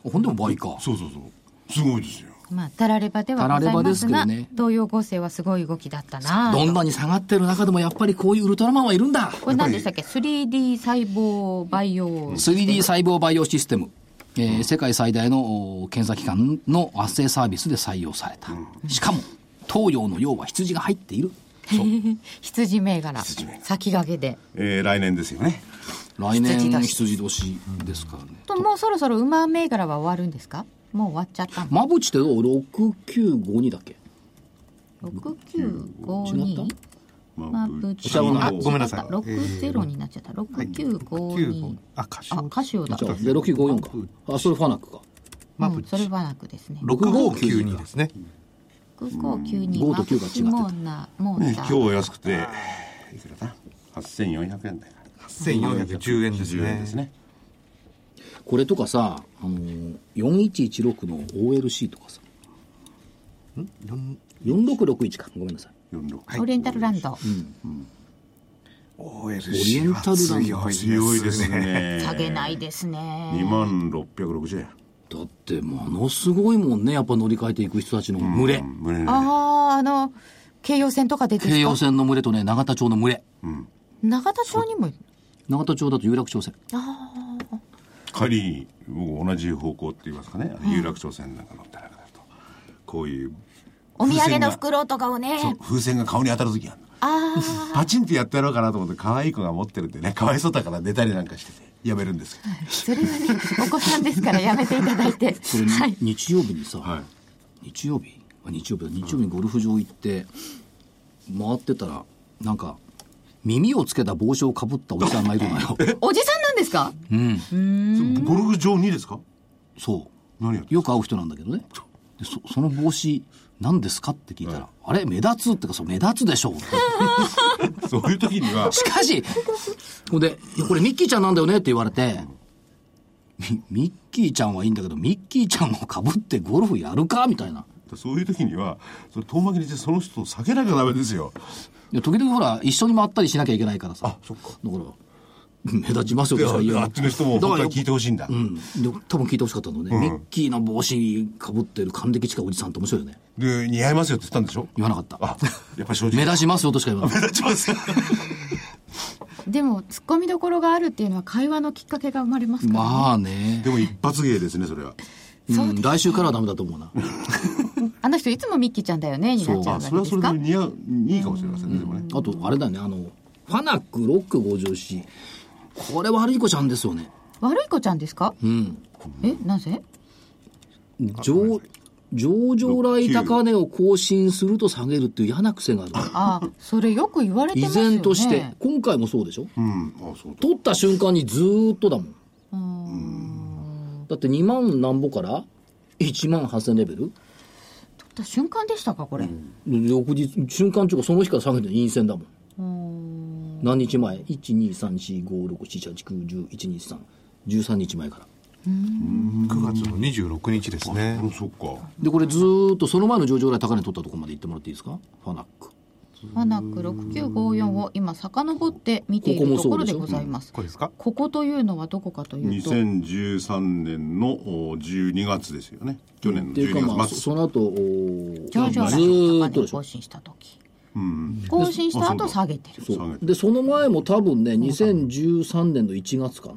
Speaker 4: うん。
Speaker 1: ほんでも倍か。
Speaker 4: そうそうそう。すごいですよ。
Speaker 3: まあたらればではございます
Speaker 1: たら
Speaker 3: が
Speaker 1: ればですけどね
Speaker 3: 東洋合成はすごい動きだったな
Speaker 1: どんなに下がってる中でもやっぱりこういうウルトラマンはいるんだ
Speaker 3: これ何でしたっけ 3D 細胞培養
Speaker 1: 3D 細胞培養システム、えー世界最大のお検査機関の圧生サービスで採用された、しかも東洋の洋は羊が入っている
Speaker 3: 羊銘柄先駆けで
Speaker 4: えー来年ですよね。
Speaker 1: 来年
Speaker 3: 羊年
Speaker 1: 羊年ですからね、
Speaker 3: ともうそろそろ馬銘柄は終わるんですかもう終わっちゃったの
Speaker 1: まぶちってどう6952だっけ違っ
Speaker 3: 6952
Speaker 4: まあぶ
Speaker 8: ちゃうな
Speaker 3: あ
Speaker 8: ごめんなさい
Speaker 3: 違った60になっちゃった6952
Speaker 8: 9あ、カシ
Speaker 3: あ
Speaker 8: オ。
Speaker 3: カシオだ
Speaker 1: じゃあ6954かあそれファナックか
Speaker 8: マ
Speaker 3: う
Speaker 8: プ
Speaker 3: んそれはなくですね
Speaker 8: 6592ですね。
Speaker 3: 6592
Speaker 1: 五
Speaker 3: は
Speaker 1: と九が違ってた
Speaker 3: モーナモー
Speaker 4: ね
Speaker 3: タ
Speaker 4: 今日は安くていくらだ？八千四百円だよ。
Speaker 8: 1410円です
Speaker 4: 10円です
Speaker 8: ね。
Speaker 4: ね。
Speaker 1: これとかさ、あのー、4116の OLC とかさ
Speaker 8: 4
Speaker 1: 4661か。ごめんなさい。
Speaker 4: 46
Speaker 7: オリエンタルランド、
Speaker 8: OLC は強
Speaker 4: 強
Speaker 8: いですね。
Speaker 4: いですね
Speaker 7: 下げないですね
Speaker 4: 2万660円
Speaker 1: だって、ものすごいもんね。やっぱ乗り換えていく人たちの群れ。
Speaker 4: うん胸ね
Speaker 7: あああの京葉線とかでですか
Speaker 1: 京葉線の群れとね、永田町の群れ。
Speaker 7: 永田町にも
Speaker 1: 永田町だと有楽町線。
Speaker 4: 仮に僕同じ方向って言いますかね、あの有楽町線なんか乗ってなくなるとこういう
Speaker 7: お土産の
Speaker 4: 風船が
Speaker 7: 袋とかをね
Speaker 4: そう風船が顔に当たる時あるの
Speaker 7: ああ
Speaker 4: パチンってやってやろうかなと思って可愛い子が持ってるんでねかわいそうだから寝たりなんかしててやめるんですけ
Speaker 7: そ
Speaker 4: ど
Speaker 7: れはね、お子さんですからやめていただいて。
Speaker 1: [laughs] それに
Speaker 7: はい。
Speaker 1: 日曜日にさ、
Speaker 4: はい
Speaker 1: 日曜日あ日曜日だ日曜日にゴルフ場行って、回ってたらなんか耳をつけた帽子をかぶったおじさんがいるのよ
Speaker 7: おじさんなんですか
Speaker 4: ゴルフ場にですか
Speaker 1: そ
Speaker 4: 何やって
Speaker 1: うよく会う人なんだけどねでそその帽子何ですかって聞いたら、あれ目立つってかそう目立つでしょ [laughs] うって
Speaker 4: そういう時には
Speaker 1: しかしほんでいや「これミッキーちゃんなんだよね」って言われて、みミッキーちゃんはいいんだけどミッキーちゃんをかぶってゴルフやるかみたいな
Speaker 4: そういう時にはそれ遠巻きにしてその人を避けなきゃダメですよ
Speaker 1: いや時々ほら一緒に回ったりしなきゃいけないからさだから目立ちますよとしか言えない
Speaker 4: あっちの人も本当は聞いてほしいんだ
Speaker 1: うん、で多分聞いてほしかったのね、ミッキーの帽子かぶってる還暦近いおじさんって面白いよね
Speaker 4: で似合いますよって言ったんでしょ
Speaker 1: 言わなかった
Speaker 4: あやっぱ正直 [laughs]
Speaker 1: 目立ちますよとしか言わなかっ
Speaker 4: 目立ちます
Speaker 3: でも突っ込みどころがあるっていうのは会話のきっかけが生まれます
Speaker 1: た
Speaker 3: から、ね
Speaker 1: まあね
Speaker 4: でも一発芸ですねそれは
Speaker 1: うん、来週からはダメだと思うな
Speaker 3: あの人いつもミッキーちゃんだよねになっちゃう
Speaker 4: あ
Speaker 3: わ
Speaker 4: そ
Speaker 3: け
Speaker 4: れは
Speaker 3: で
Speaker 4: そ
Speaker 3: す
Speaker 4: れで
Speaker 3: か
Speaker 4: 似合ういいかもしれませんねでもね
Speaker 1: あとあれだよねあのファナックロック54これ悪い子ちゃんですよね
Speaker 3: 悪い子ちゃんですか
Speaker 1: うん
Speaker 3: えなぜ
Speaker 1: 上上場来高値を更新すると下げるっていう嫌な癖がある
Speaker 3: ああそれよく言われて
Speaker 1: 依
Speaker 3: ますよね
Speaker 1: 然として今回もそうでしょ
Speaker 4: うんあそうだ
Speaker 1: 取った瞬間にずーっとだもんだって2万なんぼから1万8000レベル
Speaker 3: 撮った瞬間でしたかこれ、
Speaker 1: 翌日瞬間中かその日から下げて陰線だもん何日前12345678910112113日前から
Speaker 8: 9月の26日ですね。
Speaker 4: うんそっか
Speaker 1: でこれずーっとその前の上場来高値取ったところまで行ってもらっていいですかファナック
Speaker 3: ファナック6954を今遡って見ているところでございます
Speaker 8: これですか
Speaker 3: ここというのはどこかというと
Speaker 4: 2013年のお12月ですよね去年の
Speaker 1: っていうか
Speaker 4: 12
Speaker 1: まあそ
Speaker 4: 月末
Speaker 1: その後おー
Speaker 3: 上場
Speaker 1: ず
Speaker 3: 来
Speaker 1: ー
Speaker 3: 高
Speaker 1: っと
Speaker 3: 値
Speaker 1: でしょ
Speaker 3: 更新した時
Speaker 4: うん
Speaker 3: 更新した後下げてる
Speaker 1: そ
Speaker 4: 下げ
Speaker 1: う
Speaker 4: て
Speaker 1: でその前も多分ね2013年の1月かな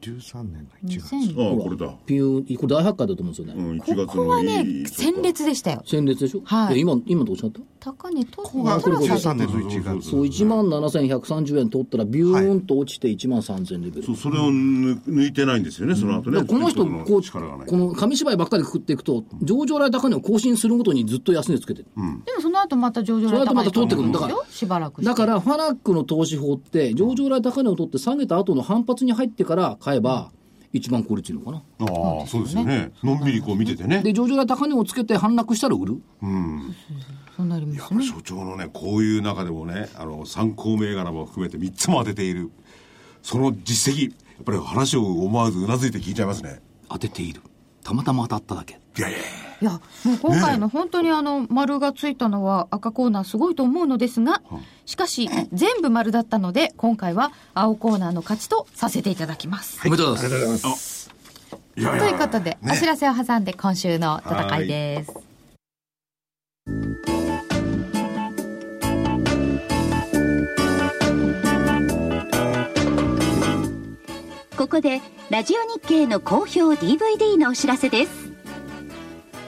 Speaker 8: 13年の1月。
Speaker 3: 2000
Speaker 4: ああこれだ
Speaker 1: ピューこれ大発会だと思うんですよね、
Speaker 4: うん1月の
Speaker 3: ここはね
Speaker 4: いい
Speaker 3: 鮮烈でしたよ
Speaker 1: 先列でしょ、
Speaker 3: は
Speaker 1: や
Speaker 3: い
Speaker 1: 今今とおっしゃった
Speaker 3: 高値取
Speaker 8: ここが
Speaker 3: ったら下
Speaker 8: 13
Speaker 3: げて
Speaker 8: 年の1月。
Speaker 1: そう1万7130円取ったらビューンと落ちて1万3000レベル、
Speaker 4: そうそれを抜抜いてないんですよね、その後
Speaker 1: だ
Speaker 4: ね
Speaker 1: からこの人
Speaker 4: ちょっと
Speaker 1: こう
Speaker 4: 力がない
Speaker 1: この紙芝居ばっかりくくっていくと上場来高値を更新するごとにずっと安値つけてる、
Speaker 3: でもその後また上場
Speaker 1: その後また
Speaker 3: 高値
Speaker 1: 取ってくる
Speaker 3: ん
Speaker 1: ん
Speaker 3: で
Speaker 1: だ
Speaker 3: す
Speaker 1: から
Speaker 3: よしばらくして
Speaker 1: だからファナックの投資法って上場来高値を取って下げた後の反発に入ってから買えば一番効率いいのかな、
Speaker 4: ああそうですよねのんびりこう見ててね
Speaker 1: で上場来高値をつけて反落したら売る
Speaker 3: そうなりますね
Speaker 4: 所長のねこういう中でもねあの参考銘柄も含めて3つも当てているその実績やっぱり話を思わずうなずいて聞いちゃいますね
Speaker 1: 当てているたまたま当たっただけ
Speaker 4: いやいや
Speaker 3: いやもう今回の本当にあの丸がついたのは赤コーナーすごいと思うのですがしかし全部丸だったので今回は青コーナーの勝ちとさせていただきます。
Speaker 1: おめでとうございます
Speaker 4: いや
Speaker 3: と
Speaker 4: いや
Speaker 3: いうことで、お知らせを挟んで今週の戦いです。
Speaker 2: ここでラジオ日経の好評 DVD のお知らせです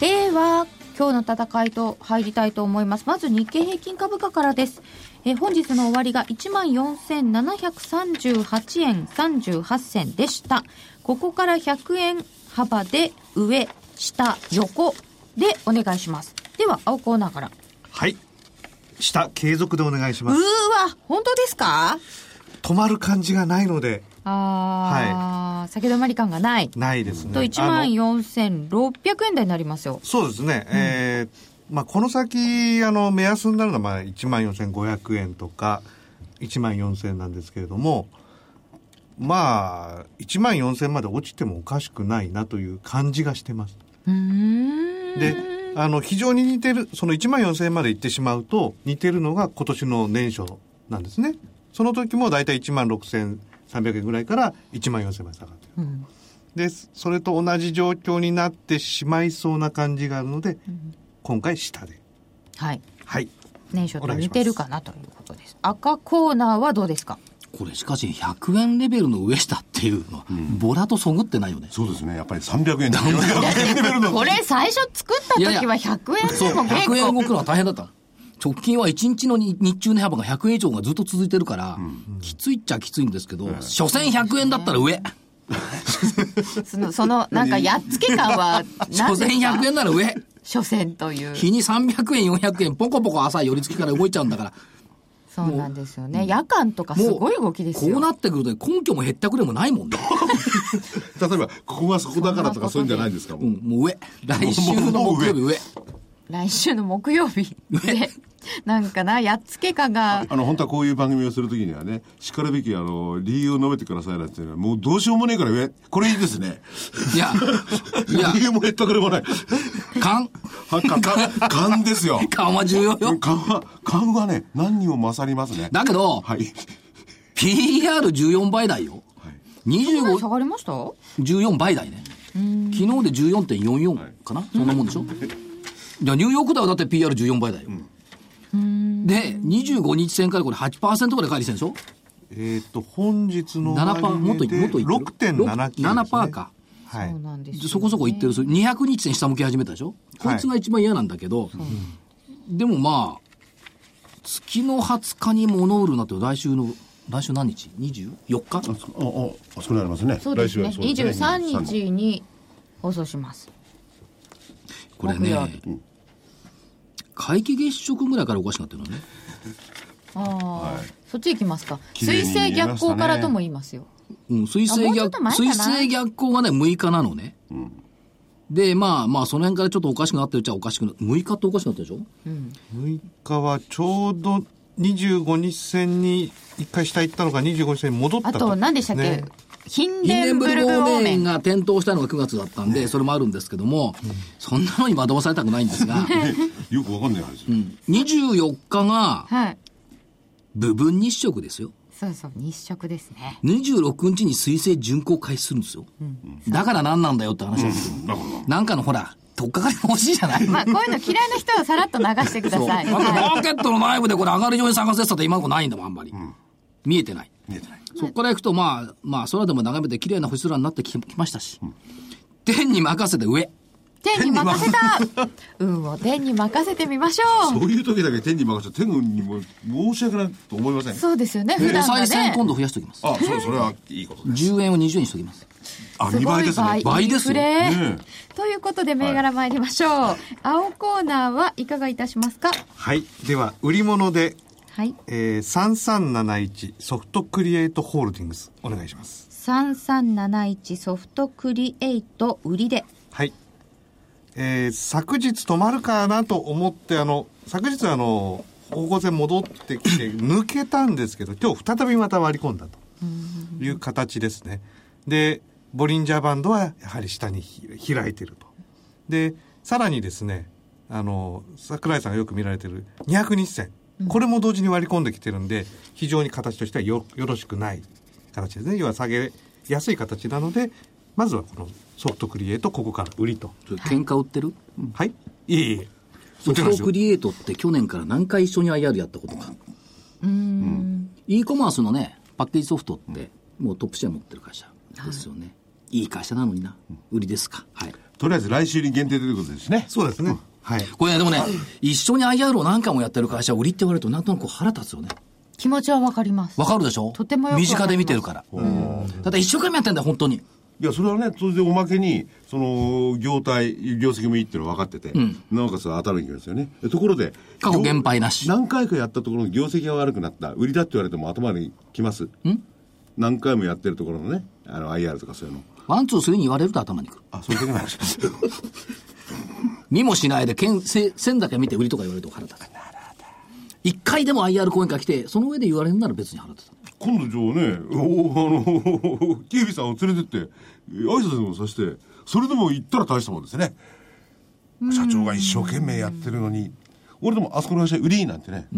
Speaker 3: では今日の戦いと入りたいと思いますまず日経平均株価からですえー本日の終わりが14,738円38銭でしたここから100円幅で上下横でお願いしますでは青コーナーから
Speaker 8: はい。下、継続でお願いしま
Speaker 3: うー
Speaker 8: す。
Speaker 3: わ本当ですか
Speaker 8: 止まる感じがないので、
Speaker 3: あー、先止まり感がない
Speaker 8: ないですね。
Speaker 3: と1
Speaker 8: あ
Speaker 3: 万
Speaker 8: の
Speaker 3: 4600円台になりますよ
Speaker 8: そうですね。えーまあ、この先、あの、目安になるのは、まあ、1万4500円とか、1万4000なんですけれども、まあ、1万4000まで落ちてもおかしくないなという感じがしてます。
Speaker 3: うーん
Speaker 8: で、あの、非常に似てる、その1万4000円まで行ってしまうと、似てるのが今年の年初なんですね。その時も大体1万6300円ぐらいから1万4000円まで下がって
Speaker 3: う
Speaker 8: る。
Speaker 3: ん
Speaker 8: で、それと同じ状況になってしまいそうな感じがあるので、今回下で。
Speaker 3: はい
Speaker 8: はい。
Speaker 3: 年初と似てるかなということです赤コーナーはどうですか
Speaker 1: これしかし100円レベルの上下っていうのは、ボラとそぐってないよね。
Speaker 4: そうですね。やっぱり300円で。レベルの
Speaker 3: これ最初作った
Speaker 1: いやい
Speaker 3: 時
Speaker 1: や
Speaker 3: は100円
Speaker 1: そう、
Speaker 3: でも結
Speaker 1: 100円動
Speaker 3: 構
Speaker 1: くのは大変だったの。直近は1日のに日中値幅が100円以上がずっと続いてるから、きついっちゃきついんですけど、所詮100円だったら上。
Speaker 3: そのそのなんかやっつけ感は
Speaker 1: 所
Speaker 3: 何で
Speaker 1: 詮
Speaker 3: すか
Speaker 1: 100円なら上。
Speaker 3: 所詮という
Speaker 1: 日に300円、400円、ポコポコ朝寄り付きから動いちゃうんだから、
Speaker 3: そうなんですよね夜間とかすごい動きです
Speaker 1: こう
Speaker 3: よ
Speaker 1: なってくると根拠も減ったくれもないもんね。
Speaker 4: [laughs] 例えば、ここがそこだからとかそういうんじゃないんですか。
Speaker 1: う、
Speaker 4: もうん
Speaker 1: もう上。来週の木曜日上。
Speaker 3: 来週の木曜日でなんかなやっつけ感が
Speaker 4: あの、本当はこういう番組をするときにはね、叱るべき、あの、理由を述べてくださいなんていうのは、もうどうしようもねえから上。これいいですね。
Speaker 1: いや、いや
Speaker 4: [laughs] 理、由も減ったくれもない。
Speaker 1: 勘。
Speaker 4: はかか勘ですよ。
Speaker 1: 勘は重要よ。
Speaker 4: 勘は、勘はね、何にも勝りますね。
Speaker 1: だけど、
Speaker 4: はい。
Speaker 1: PR14 倍台よ。
Speaker 3: 下
Speaker 1: 25、
Speaker 3: がりました
Speaker 1: 14倍台ね。昨日で14.44かな、そんなもんでしょじゃあニューヨークダウだって PR14 倍だよ。で、25日線からこれ8%ぐらい返りしてるんでしょ
Speaker 8: えっ、と、本日の
Speaker 1: 7%パー、もっとい、もっといってる。
Speaker 8: 6.79です、ね。
Speaker 1: 7%か。
Speaker 8: はい。
Speaker 3: そうなんですよね
Speaker 1: そこそこいってる。200日線下向き始めたでしょこいつが一番嫌なんだけど、でもまあ、月の20日に物売るなって来週の、来週何日 ?24 日
Speaker 4: あそこあああそこにありますね。
Speaker 3: そうですね
Speaker 4: 来週はそうですね
Speaker 3: 23日に放送します
Speaker 1: これ
Speaker 3: 木
Speaker 1: ね
Speaker 3: 曜日、
Speaker 1: 皆既月食ぐらいからおかしくなってるのね。
Speaker 3: ああ、そっち行きますか
Speaker 4: 綺麗
Speaker 3: 水
Speaker 4: に
Speaker 3: 星逆行からとも言いますよ
Speaker 1: うん、水星
Speaker 3: あもうちょっ
Speaker 1: 逆
Speaker 3: と、前か
Speaker 1: 水
Speaker 3: な
Speaker 1: 星逆行がね、6日なのね。で、まあまあ、その辺からちょっとおかしくなってるっちゃおかしくな、6日っておかしくなってるでしょ
Speaker 8: 6日はちょうど25日線に一回下行ったのが25日線に戻った
Speaker 3: あと何でしたっけ、
Speaker 8: ね
Speaker 3: ヒン
Speaker 1: ヒン
Speaker 3: デ
Speaker 1: デ
Speaker 3: ン
Speaker 1: ン
Speaker 3: ブ
Speaker 1: ブル
Speaker 3: ル
Speaker 1: ク
Speaker 3: グ方
Speaker 1: 方面
Speaker 3: 面
Speaker 1: が点灯したのが9月だったんで、それもあるんですけども、そんなのに惑わされたくないんです
Speaker 3: [laughs]
Speaker 1: が、
Speaker 4: よくわかんない話。
Speaker 1: 24日が
Speaker 3: はい
Speaker 1: 部分日食ですよ。
Speaker 3: そうそう日食です [laughs] ね
Speaker 1: 26日に水星巡航開始するんですよ。だから何なんだよって話なんですよ。
Speaker 4: だから
Speaker 1: なんかのほら、とっかかりが欲しいじゃない
Speaker 3: まあこういうの嫌いな人はさらっと流してくだ
Speaker 1: そう。だっ
Speaker 3: さい
Speaker 1: て
Speaker 3: はい
Speaker 1: マーケットの内部でこれ上がり上に探せてたって今のとこないんだもん、あんまり。見えてない。
Speaker 4: 見えてない。
Speaker 1: そこから行くと、まあ、まあ、空でも眺めて綺麗な星空になってききましたし。天に任せて上。
Speaker 3: 天に任せ [laughs] た運を天に任せてみましょう
Speaker 4: そういう時だけ天に任せて天にも申し訳ないと思いません。
Speaker 3: そうですよね普
Speaker 1: お
Speaker 3: 段は
Speaker 1: 賽銭
Speaker 3: ね
Speaker 1: 今度増やしておきます。
Speaker 4: あ、そう、それはいいことです。
Speaker 1: 10円を20円にしておきます。
Speaker 4: あ、
Speaker 3: す
Speaker 4: 2
Speaker 3: ご
Speaker 4: 倍
Speaker 3: い
Speaker 4: ですね。
Speaker 1: 倍
Speaker 3: インフレ
Speaker 4: ですねね
Speaker 3: ということで銘柄参りましょう、青コーナーはいかがいたしますか
Speaker 8: はい。では、売り物で、
Speaker 3: はい
Speaker 8: えー、3371ソフトクリエイトホールディングス、お願いします。
Speaker 3: 3371ソフトクリエイト売りで
Speaker 8: はい。えー昨日止まるかなと思って、あの、昨日あの、方向線戻ってきて抜けたんですけど、今日再びまた割り込んだという形ですね。で、ボリンジャーバンドはやはり下にひ開いてると。で、さらにですね、あの、桜井さんがよく見られてる200日線。これも同時に割り込んできてるんで、非常に形としてはよよろしくない形ですね。要は下げやすい形なので、まずはこのソフトクリエイト、ここから売りと。
Speaker 1: 喧嘩売ってる
Speaker 8: はいいえいえ。
Speaker 1: ソフトクリエイトって去年から何回一緒に IR やったことか。e コマースのね、パッケージソフトって、もうトップシェア持ってる会社ですよね。い、い会社なのにな。売りですか。はい。
Speaker 4: とりあえず来週に限定ということですね。
Speaker 8: そうですね。はい。
Speaker 1: これね、でもね、一緒に IR を何回もやってる会社、売りって言われるとなんとなく腹立つよね。
Speaker 3: 気持ちはわかります
Speaker 1: わかるでしょ
Speaker 3: とてもよくわか
Speaker 1: 身
Speaker 3: ります
Speaker 1: 近で見てるから。だって一生懸命やってんだよ、本当に。
Speaker 4: いや、それはね、それでおまけに、その、業態、業績もいいっていうのは分かってて、なおかつ頭にきますよね。ところで、
Speaker 1: 過去減配なし
Speaker 4: 何回かやったところの業績が悪くなった、売りだって言われても頭にきます。何回もやってるところのね、あの、IR とかそういうの。
Speaker 1: ワン、ツー、スリーに言われると頭にくる。
Speaker 4: あ、そういう時もあるんですか
Speaker 1: 見もしないで、けんせ線だけ見て売りとか言われると腹立つ。一回でも IR 講演会来て、その上で言われるなら別に腹立つ。
Speaker 4: [laughs] 今度じゃあね、おあの、警備さんを連れてって、挨拶でもさせて、それでも行ったら大したもんですね。社長が一生懸命やってるのに、俺でもあそこの会社売りなんてね、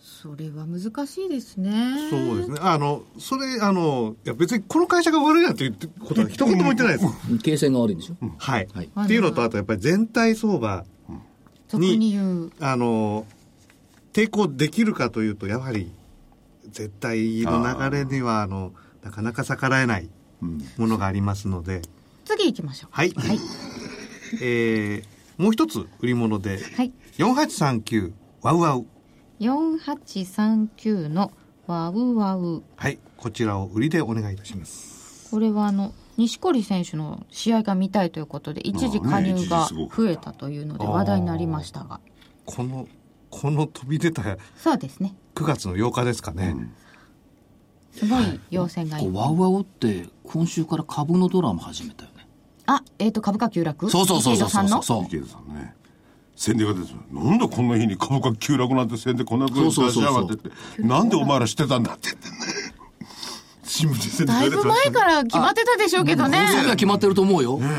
Speaker 3: それは難しいですね
Speaker 8: そうですね。あの、それ、あの、いや別にこの会社が悪いなんて言ってことは一言も言ってないです。
Speaker 1: 形勢が悪いんでしょ、
Speaker 8: はい
Speaker 1: はい。
Speaker 8: っていうのと、あとやっぱり全体相場
Speaker 3: 特に
Speaker 8: に、
Speaker 3: 言う
Speaker 8: あの、抵抗できるかというと、やはり、絶対の流れには、あの、なかなか逆らえないものがありますので、
Speaker 3: 次行きましょう
Speaker 8: [laughs] はい。えーもう一つ売り物で、
Speaker 3: はい
Speaker 8: 4839、ワウワウ。
Speaker 3: 4839のワウワウ
Speaker 8: はい。こちらを売りでお願いいたします。
Speaker 3: これはあの錦織選手の試合が見たいということで一時加入
Speaker 4: まあね
Speaker 3: が
Speaker 4: 一時すごく
Speaker 3: 増えたというので話題になりましたが
Speaker 8: この、この飛び出た
Speaker 3: そうですね
Speaker 8: 9月の8日ですかね。
Speaker 3: すごい要請がい
Speaker 1: こう
Speaker 3: い
Speaker 1: ワウワウって今週から株のドラマ始めたよね
Speaker 3: あえっ、と株価急落
Speaker 1: そうそうそうそう
Speaker 3: 池井戸さ
Speaker 1: そうんそうそ
Speaker 3: の
Speaker 1: う
Speaker 4: 池田さんね宣伝が出てるなんでこんな日に株価急落なんて宣伝こんなこと出
Speaker 1: そうそう
Speaker 4: し
Speaker 1: そう
Speaker 4: や
Speaker 1: そ
Speaker 4: が
Speaker 1: う
Speaker 4: ってってなんでお前ら知ってたんだって言ってね新聞で宣伝
Speaker 3: だいぶ前から決まってたでしょうけどね
Speaker 1: この先は決まってると思うよ、
Speaker 4: じゃ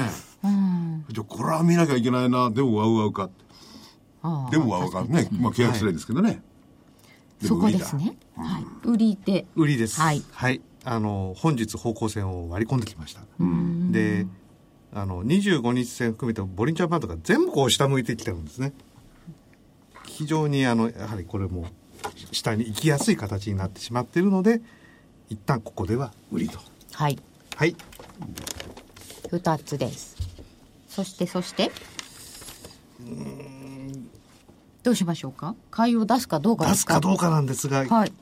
Speaker 4: あこれは見なきゃいけないなでもワウワウかって
Speaker 3: ああ
Speaker 4: でもワウワウかねまあ契約すればいいんですけどね、で
Speaker 3: そ
Speaker 4: も
Speaker 3: こ
Speaker 4: 売り
Speaker 3: で
Speaker 4: だ
Speaker 3: すね、はい、売りで
Speaker 8: 売りです。
Speaker 3: はい
Speaker 8: あの、本日方向線を割り込んできました。で、あの、25日線含めてボリンジャーバンドが全部こう下向いてきてるんですね。非常にあの、やはりこれも下に行きやすい形になってしまっているので、一旦ここでは売りと。
Speaker 3: はい
Speaker 8: はい。
Speaker 3: 2つですそしてそしてどうしましょうか買いを出すかどうか
Speaker 8: 出
Speaker 3: ですす
Speaker 8: か
Speaker 3: か
Speaker 8: どうかなんですが、
Speaker 3: はい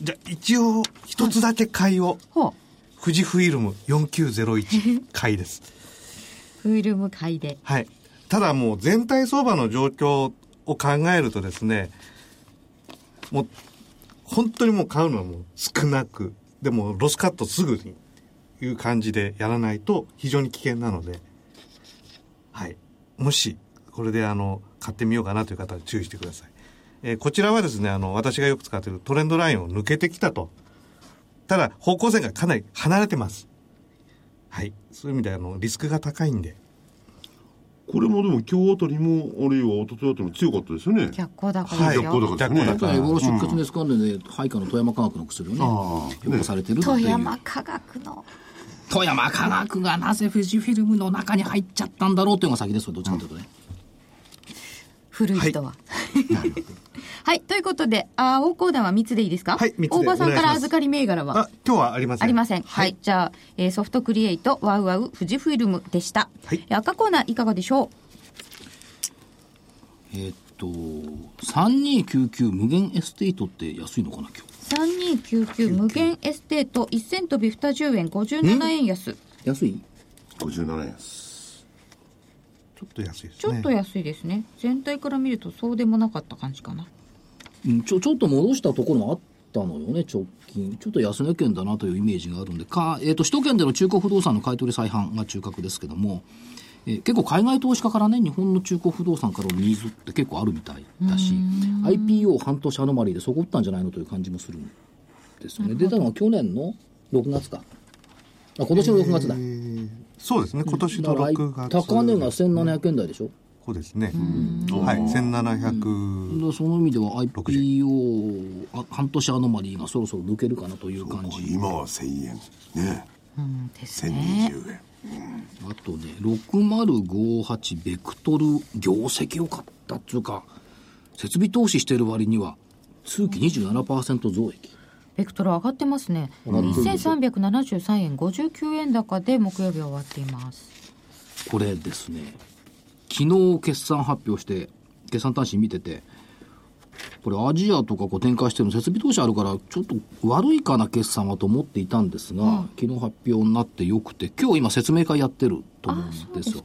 Speaker 8: じゃあ一応一つだけ買いを、
Speaker 3: ほ
Speaker 8: 富士フイルム4901買いです。
Speaker 3: うフィルム買いで
Speaker 8: はい。ただもう全体相場の状況を考えるとですね、もう、本当にもう買うのはもう少なく、でもロスカットすぐに、いう感じでやらないと非常に危険なので、はい。もし、これであの、買ってみようかなという方は注意してください。えーこちらはですね、あの、私がよく使っているトレンドラインを抜けてきたと。ただ、方向線がかなり離れてます。はい。そういう意味で、あの、リスクが高いんで、
Speaker 4: これもでも今日あたりもあるいは一昨日あたりも強かったですよね
Speaker 3: 逆光だか
Speaker 8: は
Speaker 3: ら
Speaker 8: い
Speaker 3: です
Speaker 4: 逆光
Speaker 3: よ、
Speaker 4: 高ですね
Speaker 8: 逆光高
Speaker 1: エボロ出血熱関連で配下の富山科学の薬をね
Speaker 4: ああ
Speaker 1: 評価されてるっていう
Speaker 3: 富山科学の
Speaker 1: 富山科学がなぜ富士フィルムの中に入っちゃったんだろうっていうのが先ですよどっちかというとね、
Speaker 3: 古い人は [laughs] はいということで青コーナーは3つでいいですか
Speaker 8: はい三つで
Speaker 3: 大場さんか
Speaker 8: お願いしま
Speaker 3: ら
Speaker 8: す
Speaker 3: 預かり銘柄は
Speaker 8: あ、今日はありません。
Speaker 3: ありません。はい。じゃあ、えーソフトクリエイト、ワウワウ、富士フィルムでした。
Speaker 8: はい
Speaker 3: えー赤コーナーいかがでしょう
Speaker 1: えーっと3299無限エステイトって安いのかな今日
Speaker 3: 3299無限エステート1000飛び20円57円安
Speaker 1: 安い
Speaker 4: 57円です
Speaker 8: ちょっと安いです
Speaker 3: ちょっと安いですね全体から見るとそうでもなかった感じかな
Speaker 1: うんちょちょっと戻したところもあったのよね直近ちょっと安値県だなというイメージがあるんでか、えー、と首都圏での中古不動産の買い取り再販が中核ですけども、えー結構海外投資家からね日本の中古不動産からのニーズって結構あるみたいだし IPO 半年アノマリーでそこ打ったんじゃないのという感じもするんですよね出たのは去年の6月かあ今年の6月だ
Speaker 8: そうですね、今年
Speaker 1: だ
Speaker 8: の
Speaker 1: からあい
Speaker 8: 6月。
Speaker 1: 高値が1700円台でしょ、
Speaker 8: こうですね。はい、1700。
Speaker 1: でその意味では IPO あ半年アノマリーがそろそろ抜けるかなという感じ
Speaker 4: 今は1000円ね
Speaker 3: うんですね
Speaker 4: 1020円
Speaker 1: あとね、 6058ベクトル業績良かったっつうか、設備投資してる割には、通期27%増益。
Speaker 3: ベクトル上がってますね1373円59円高で木曜日終わっています
Speaker 1: これですね、昨日決算発表して、決算単身見てて、これアジアとかこう展開してるの設備投資あるから、ちょっと悪いかな決算はと思っていたんですが、昨日発表になってよくて、今日今説明会やってると思うんですよ。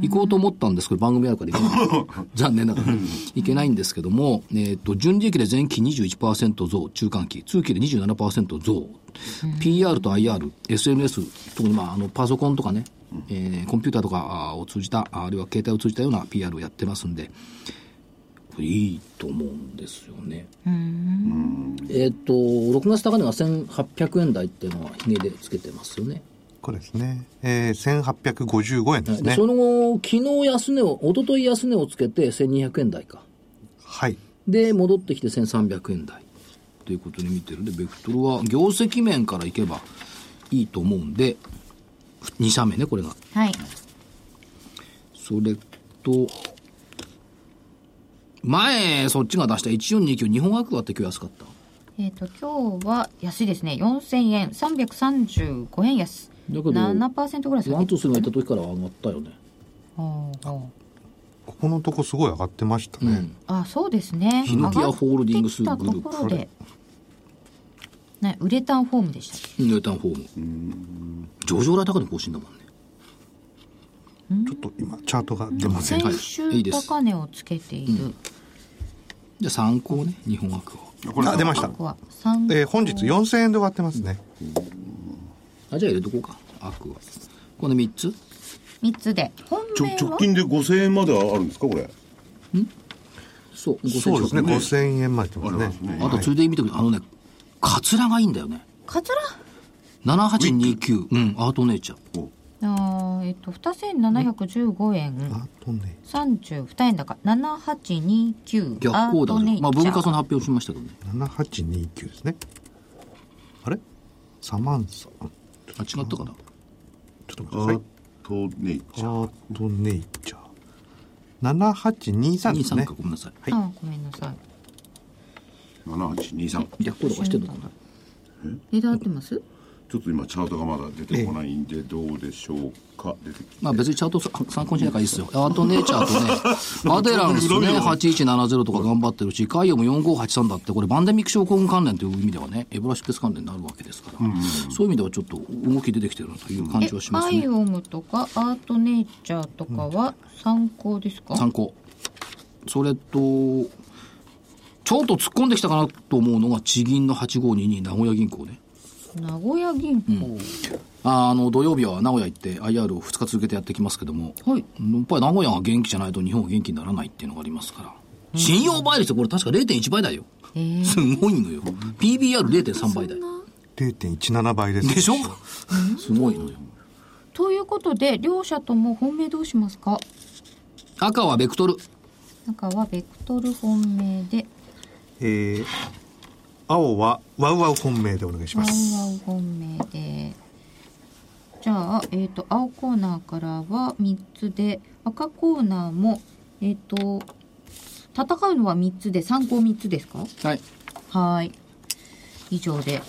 Speaker 1: 行こうと思ったんですけ [laughs] ど、番組あるから行けない。残念ながら。行けないんですけども、えっ、と、純利益で前期21%増、中間期、通期で27%増。PR と IR、SNS、特にまあ、あの、パソコンとかね、えーコンピューターとかあーを通じた、ああるいは携帯を通じたような PR をやってますんで、これいいと思うんですよね。えっ、と、6月高値が1800円台っていうのは、ひげでつけてますよね。
Speaker 8: これですね。えー、1855円です
Speaker 1: で
Speaker 8: ね。
Speaker 1: その後、昨日安値を、一昨日安値をつけて1200円台か。
Speaker 8: はい。
Speaker 1: で、戻ってきて1300円台ということに見てるんで、ベクトルは業績面からいけばいいと思うんで、2社目ね、これが。
Speaker 3: はい
Speaker 1: それと、前、そっちが出した1429、日本アクアって今日安かった。
Speaker 3: えっ、と今日は安いですね4000円335円安
Speaker 1: だけど
Speaker 3: 7%ぐらい下
Speaker 1: ワ
Speaker 3: げ
Speaker 1: ンツ
Speaker 3: て
Speaker 1: ースリーがいた時から上がったよね。
Speaker 3: あー
Speaker 8: ここのとこすごい上がってましたね。
Speaker 3: あそうですね
Speaker 1: ヒノキアホールディングスグループ
Speaker 3: 上がってきたところでねウレタンフォームでしたっけ
Speaker 1: ニュータンフォーム。上場来高値更新だもんね。
Speaker 8: ちょっと今、チャートが出ません。
Speaker 1: はい
Speaker 3: 先
Speaker 1: い
Speaker 3: 週
Speaker 1: いです
Speaker 3: 高値をつけている
Speaker 1: じゃあ参考ね、日本アク
Speaker 4: これ
Speaker 8: あ、出ました。
Speaker 3: 僕は三
Speaker 8: えー、本日4000円で終わってますね。
Speaker 1: ア。あ、じゃあ入れとこうか。アクア。この3つ
Speaker 3: 三つで本
Speaker 4: ちょ
Speaker 3: 命
Speaker 4: 直
Speaker 3: は
Speaker 4: 近で5000円まであるんですかこれ
Speaker 1: そう、5000
Speaker 8: そうです
Speaker 1: 近
Speaker 8: ね。
Speaker 1: く
Speaker 8: 5000円まで出ますね。
Speaker 1: あとついでに見てくれ、あのね、カツラがいいんだよね。
Speaker 3: カツラ
Speaker 1: 7829。うん、アートネイチャー。
Speaker 3: あーえっと二千七百十五円
Speaker 8: あとね、
Speaker 3: 三十二円高七八二九
Speaker 1: 逆光だ
Speaker 3: アートネイ
Speaker 1: ね。
Speaker 3: チャー
Speaker 1: まあ文化層の発表しましたけどね。
Speaker 8: 7829ですね。あれサマンサ。
Speaker 1: あ、違ったかな。
Speaker 8: ちょっと待ってくださ
Speaker 4: ア
Speaker 8: い
Speaker 4: ー。トネイチャ
Speaker 8: ア
Speaker 4: ー
Speaker 8: ートネイチャー。7823です
Speaker 1: 23
Speaker 8: ね
Speaker 1: か、。ごめんなさい。
Speaker 8: はい
Speaker 3: あごめんなさい
Speaker 4: 7823
Speaker 1: 逆光とかしてるのかな。
Speaker 3: 値段合ってます
Speaker 4: ちょっと今チャートがまだ出てこないんでどうでしょうか出てき
Speaker 1: まあ別にチャートさ参考にしないからいいですよ。アートネイチャー [laughs] とね、アデランスね、8170とか頑張ってるし、カイオも4583だって、これバンデミック症候群関連という意味ではね、エボラ出血関連になるわけですから、そういう意味ではちょっと動き出てきてるなという感
Speaker 3: え
Speaker 1: じはしま
Speaker 3: ア
Speaker 1: す
Speaker 3: イ
Speaker 1: ね。
Speaker 3: オムとかアートネイチャーとかは参考ですか、
Speaker 1: 参考。それと、ちょっと突っ込んできたかなと思うのが、地銀の8522名古屋銀行ね。
Speaker 3: 名古屋銀行、
Speaker 1: あの土曜日は名古屋行って IR を2日続けてやってきますけども、
Speaker 3: はい
Speaker 1: やっぱり名古屋が元気じゃないと日本は元気にならないっていうのがありますから、信用倍率これ確か0.1倍だよ、すごいのよ PBR0.3 倍だよ
Speaker 8: 0.17倍です。
Speaker 1: でしょすごいのよ
Speaker 3: ということで両者とも本命どうしますか
Speaker 1: 赤はベクトル
Speaker 3: 中はベクトル本命で
Speaker 8: えー、青はワウワウ本命でお願いし
Speaker 3: ワ
Speaker 8: ま
Speaker 3: ン
Speaker 8: す。
Speaker 3: ワン本命でじゃあ、えっと青コーナーからは3つで赤コーナーもえっ、と戦うのは3つで参考3つですか
Speaker 1: はい
Speaker 3: はーい以上で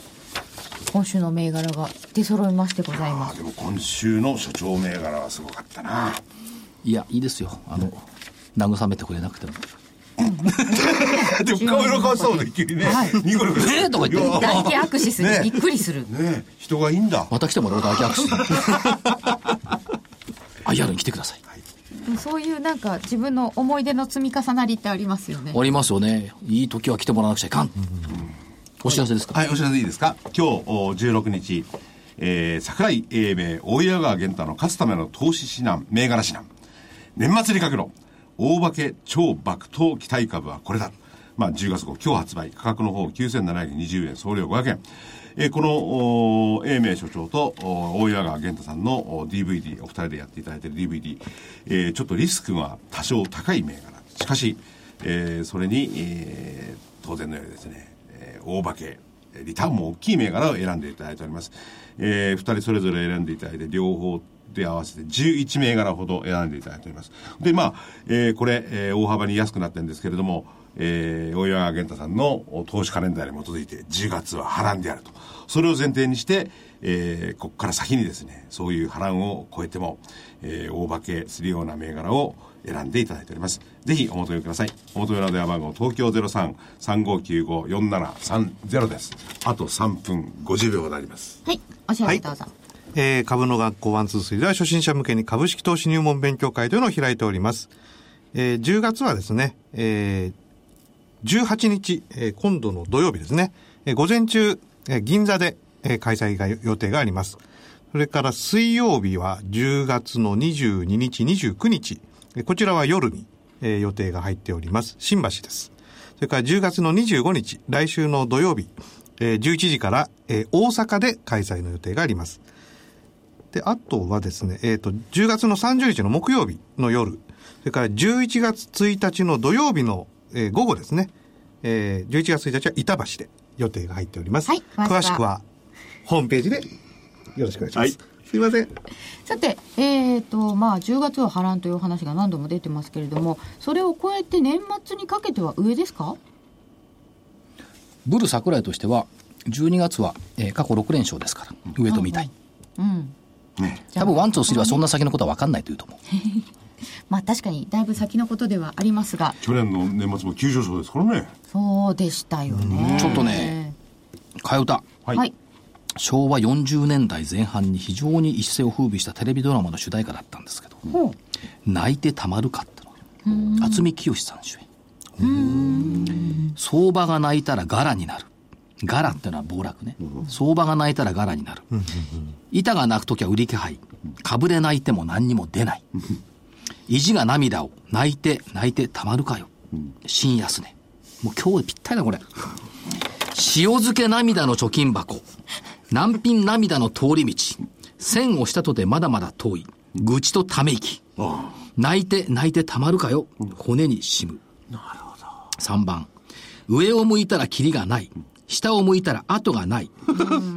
Speaker 3: 今週の銘柄が出揃いましてございま
Speaker 4: あ
Speaker 3: す
Speaker 4: でも今週の所長銘柄はすごかったない
Speaker 1: やいいですよあの慰めてくれなくても
Speaker 4: [laughs] でも顔色変わそうで急にね、ニコニコ
Speaker 1: えーとか言って
Speaker 4: いや
Speaker 3: 大アクシスにびっくりする、
Speaker 4: ねえ人がいいんだ
Speaker 1: また来てもらおうか秋アクシス [laughs] IR に来てください
Speaker 3: でもそういうなんか自分の思い出の積み重なりってありますよね
Speaker 1: ありますよねいい時は来てもらわなくちゃいかんお知らせですか
Speaker 4: はい、お知らせいいですか今日お16日、えー、桜井英明、大岩川源太の勝つための投資指南、銘柄指南。年末にかけろ。大化け超爆投期待株はこれだ。まあ、10月号、今日発売。価格の方9720円、送料500円。えーこの、おー英明所長と、おー大岩川源太さんのおー DVD、お二人でやっていただいている DVD、えーちょっとリスクが多少高い銘柄。しかし、えーそれに、えー当然のようにですね、えー大化け、リターンも大きい銘柄を選んでいただいております。えー、2人それぞれ選んでいただいて、両方で合わせて11銘柄ほど選んでいただいております。で、まあ、えーこれ、えー大幅に安くなってるんですけれども、えー大岩源太さんの投資カレンダーに基づいて10月は波乱であると。それを前提にして、えーここから先にですね、そういう波乱を超えても、えー大化けするような銘柄を選んでいただいております。ぜひお求めください。お求めの電話番号、東京03-3595-4730です。あと3分50秒になります。
Speaker 3: はい、お知らせどうぞ。
Speaker 8: えー株の学校ワンツースリーでは初心者向けに株式投資入門勉強会というのを開いております。えー10月はですね、えー18日、えー今度の土曜日ですね、えー午前中、えー銀座で、えー開催が予定があります。それから水曜日は10月の22日、29日、えーこちらは夜に、えー予定が入っております。新橋です。それから10月の25日、来週の土曜日、えー11時から、えー大阪で開催の予定があります。で、あとはですね、えっ、と、10月の30日の木曜日の夜、それから11月1日の土曜日の、えー午後ですね、えー11月1日は板橋で予定が入っております。
Speaker 3: はい
Speaker 8: 詳しくは、ホームページでよろしくお願いします。すいません。
Speaker 3: さて、えーとまあ、10月は波乱というお話が何度も出てますけれども、それを超えて年末にかけては上ですか
Speaker 1: ブル桜井としては、12月は、えー過去6連勝ですから、上と見たい。
Speaker 3: うん。
Speaker 4: ね。
Speaker 1: 多分ワンツースリーはそんな先のことは分かんないというと思う。
Speaker 3: まあ確かにだいぶ先のことではありますが、
Speaker 4: 去年の年末も急上昇ですからね。
Speaker 3: そうでしたよね。
Speaker 1: ちょっとね。替え歌。
Speaker 3: は。
Speaker 4: はいい
Speaker 1: 昭和40年代前半に非常に一世を風靡したテレビドラマの主題歌だったんですけど、
Speaker 3: ほ
Speaker 1: 泣いてたまるかってのが渥美清さん主演相場が泣いたらガラになるガラってのは暴落ね、相場が泣いたらガラになる、板が泣く時は売り気配株で泣いても何にも出ない意地が涙を泣いて泣いてたまるかよ、新安値もう今日ぴったりだこれ塩漬け涙の貯金箱難品涙の通り道線をしたとてまだまだ遠い愚痴とため息泣いて泣いてたまるかよ骨に染む3番上を向いたらキリがない下を向いたら後がない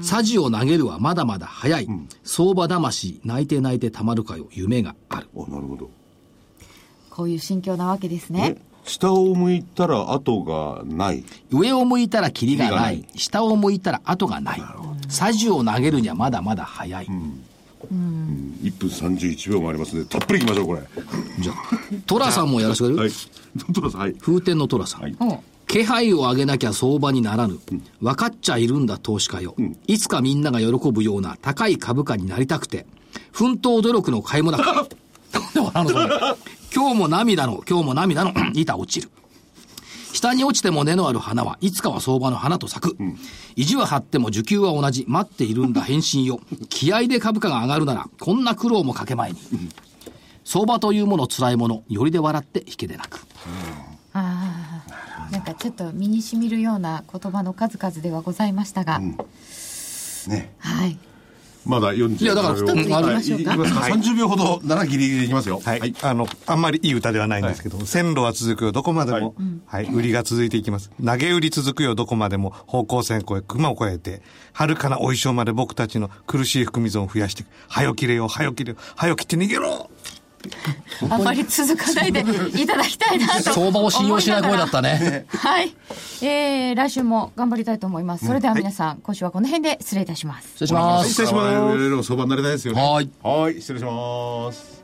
Speaker 1: さじを投げるはまだまだ早い相場魂泣いて泣いてたまるかよ夢がある
Speaker 4: あ、なるほど。
Speaker 3: う。こういう心境なわけですね。
Speaker 4: 下を向いたら後がない。
Speaker 1: 上を向いたらキリがな
Speaker 4: キリ
Speaker 1: い下を向いたら後がないさじを投げるにはまだまだ早い
Speaker 4: 1分31秒もありますので、たっぷりいきましょう、これ。じゃ
Speaker 1: 寅さんもやらせてく
Speaker 4: あ
Speaker 1: れ
Speaker 4: は
Speaker 1: る
Speaker 4: い。どうぞ、はい。
Speaker 1: 風天の寅さん
Speaker 3: ほう。
Speaker 1: 気配を上げなきゃ相場にならぬ。分かっちゃいるんだ投資家よ。いつかみんなが喜ぶような高い株価になりたくて。奮闘努力の甲斐もなく。
Speaker 4: [laughs]
Speaker 1: なんで笑うのそれ今日も涙の、今日も涙の板落ちる。下に落ちても根のある花はいつかは相場の花と咲く。意地は張っても受給は同じ。待っているんだ返信よ。気合で株価が上がるなら、こんな苦労もかけまいに。相場というもの辛いもの、よりで笑って引けでなく。
Speaker 3: ああ。なんかちょっと身にしみるような言葉の数々ではございましたが、
Speaker 4: ね。
Speaker 3: はい。
Speaker 4: まだ40秒。
Speaker 1: いやだから一つ
Speaker 3: 行きましょうか
Speaker 4: はいいきますか。30秒ほどならギリギリでいきますよ。
Speaker 8: はい、あの、あんまりいい歌ではないんですけど、線路は続くよ、どこまでも、はい。売りが続いていきます。投げ売り続くよ、どこまでも。方向線越え、熊を越えて、遥かなお衣装まで僕たちの苦しい含み損を増やしていく。はよ切れよ、はよ切れよ、はよ切って逃げろ
Speaker 3: あまり続かないでいただきたいなと思いながら。
Speaker 1: 相場を信用しない声だったね。
Speaker 3: はい。えー、来週も頑張りたいと思います。それでは皆さん、今週はこの辺で失礼いたします。
Speaker 1: 失礼します。
Speaker 4: 失礼します。我々の相場になりたいですよね。
Speaker 1: はい。
Speaker 4: はい、失礼します。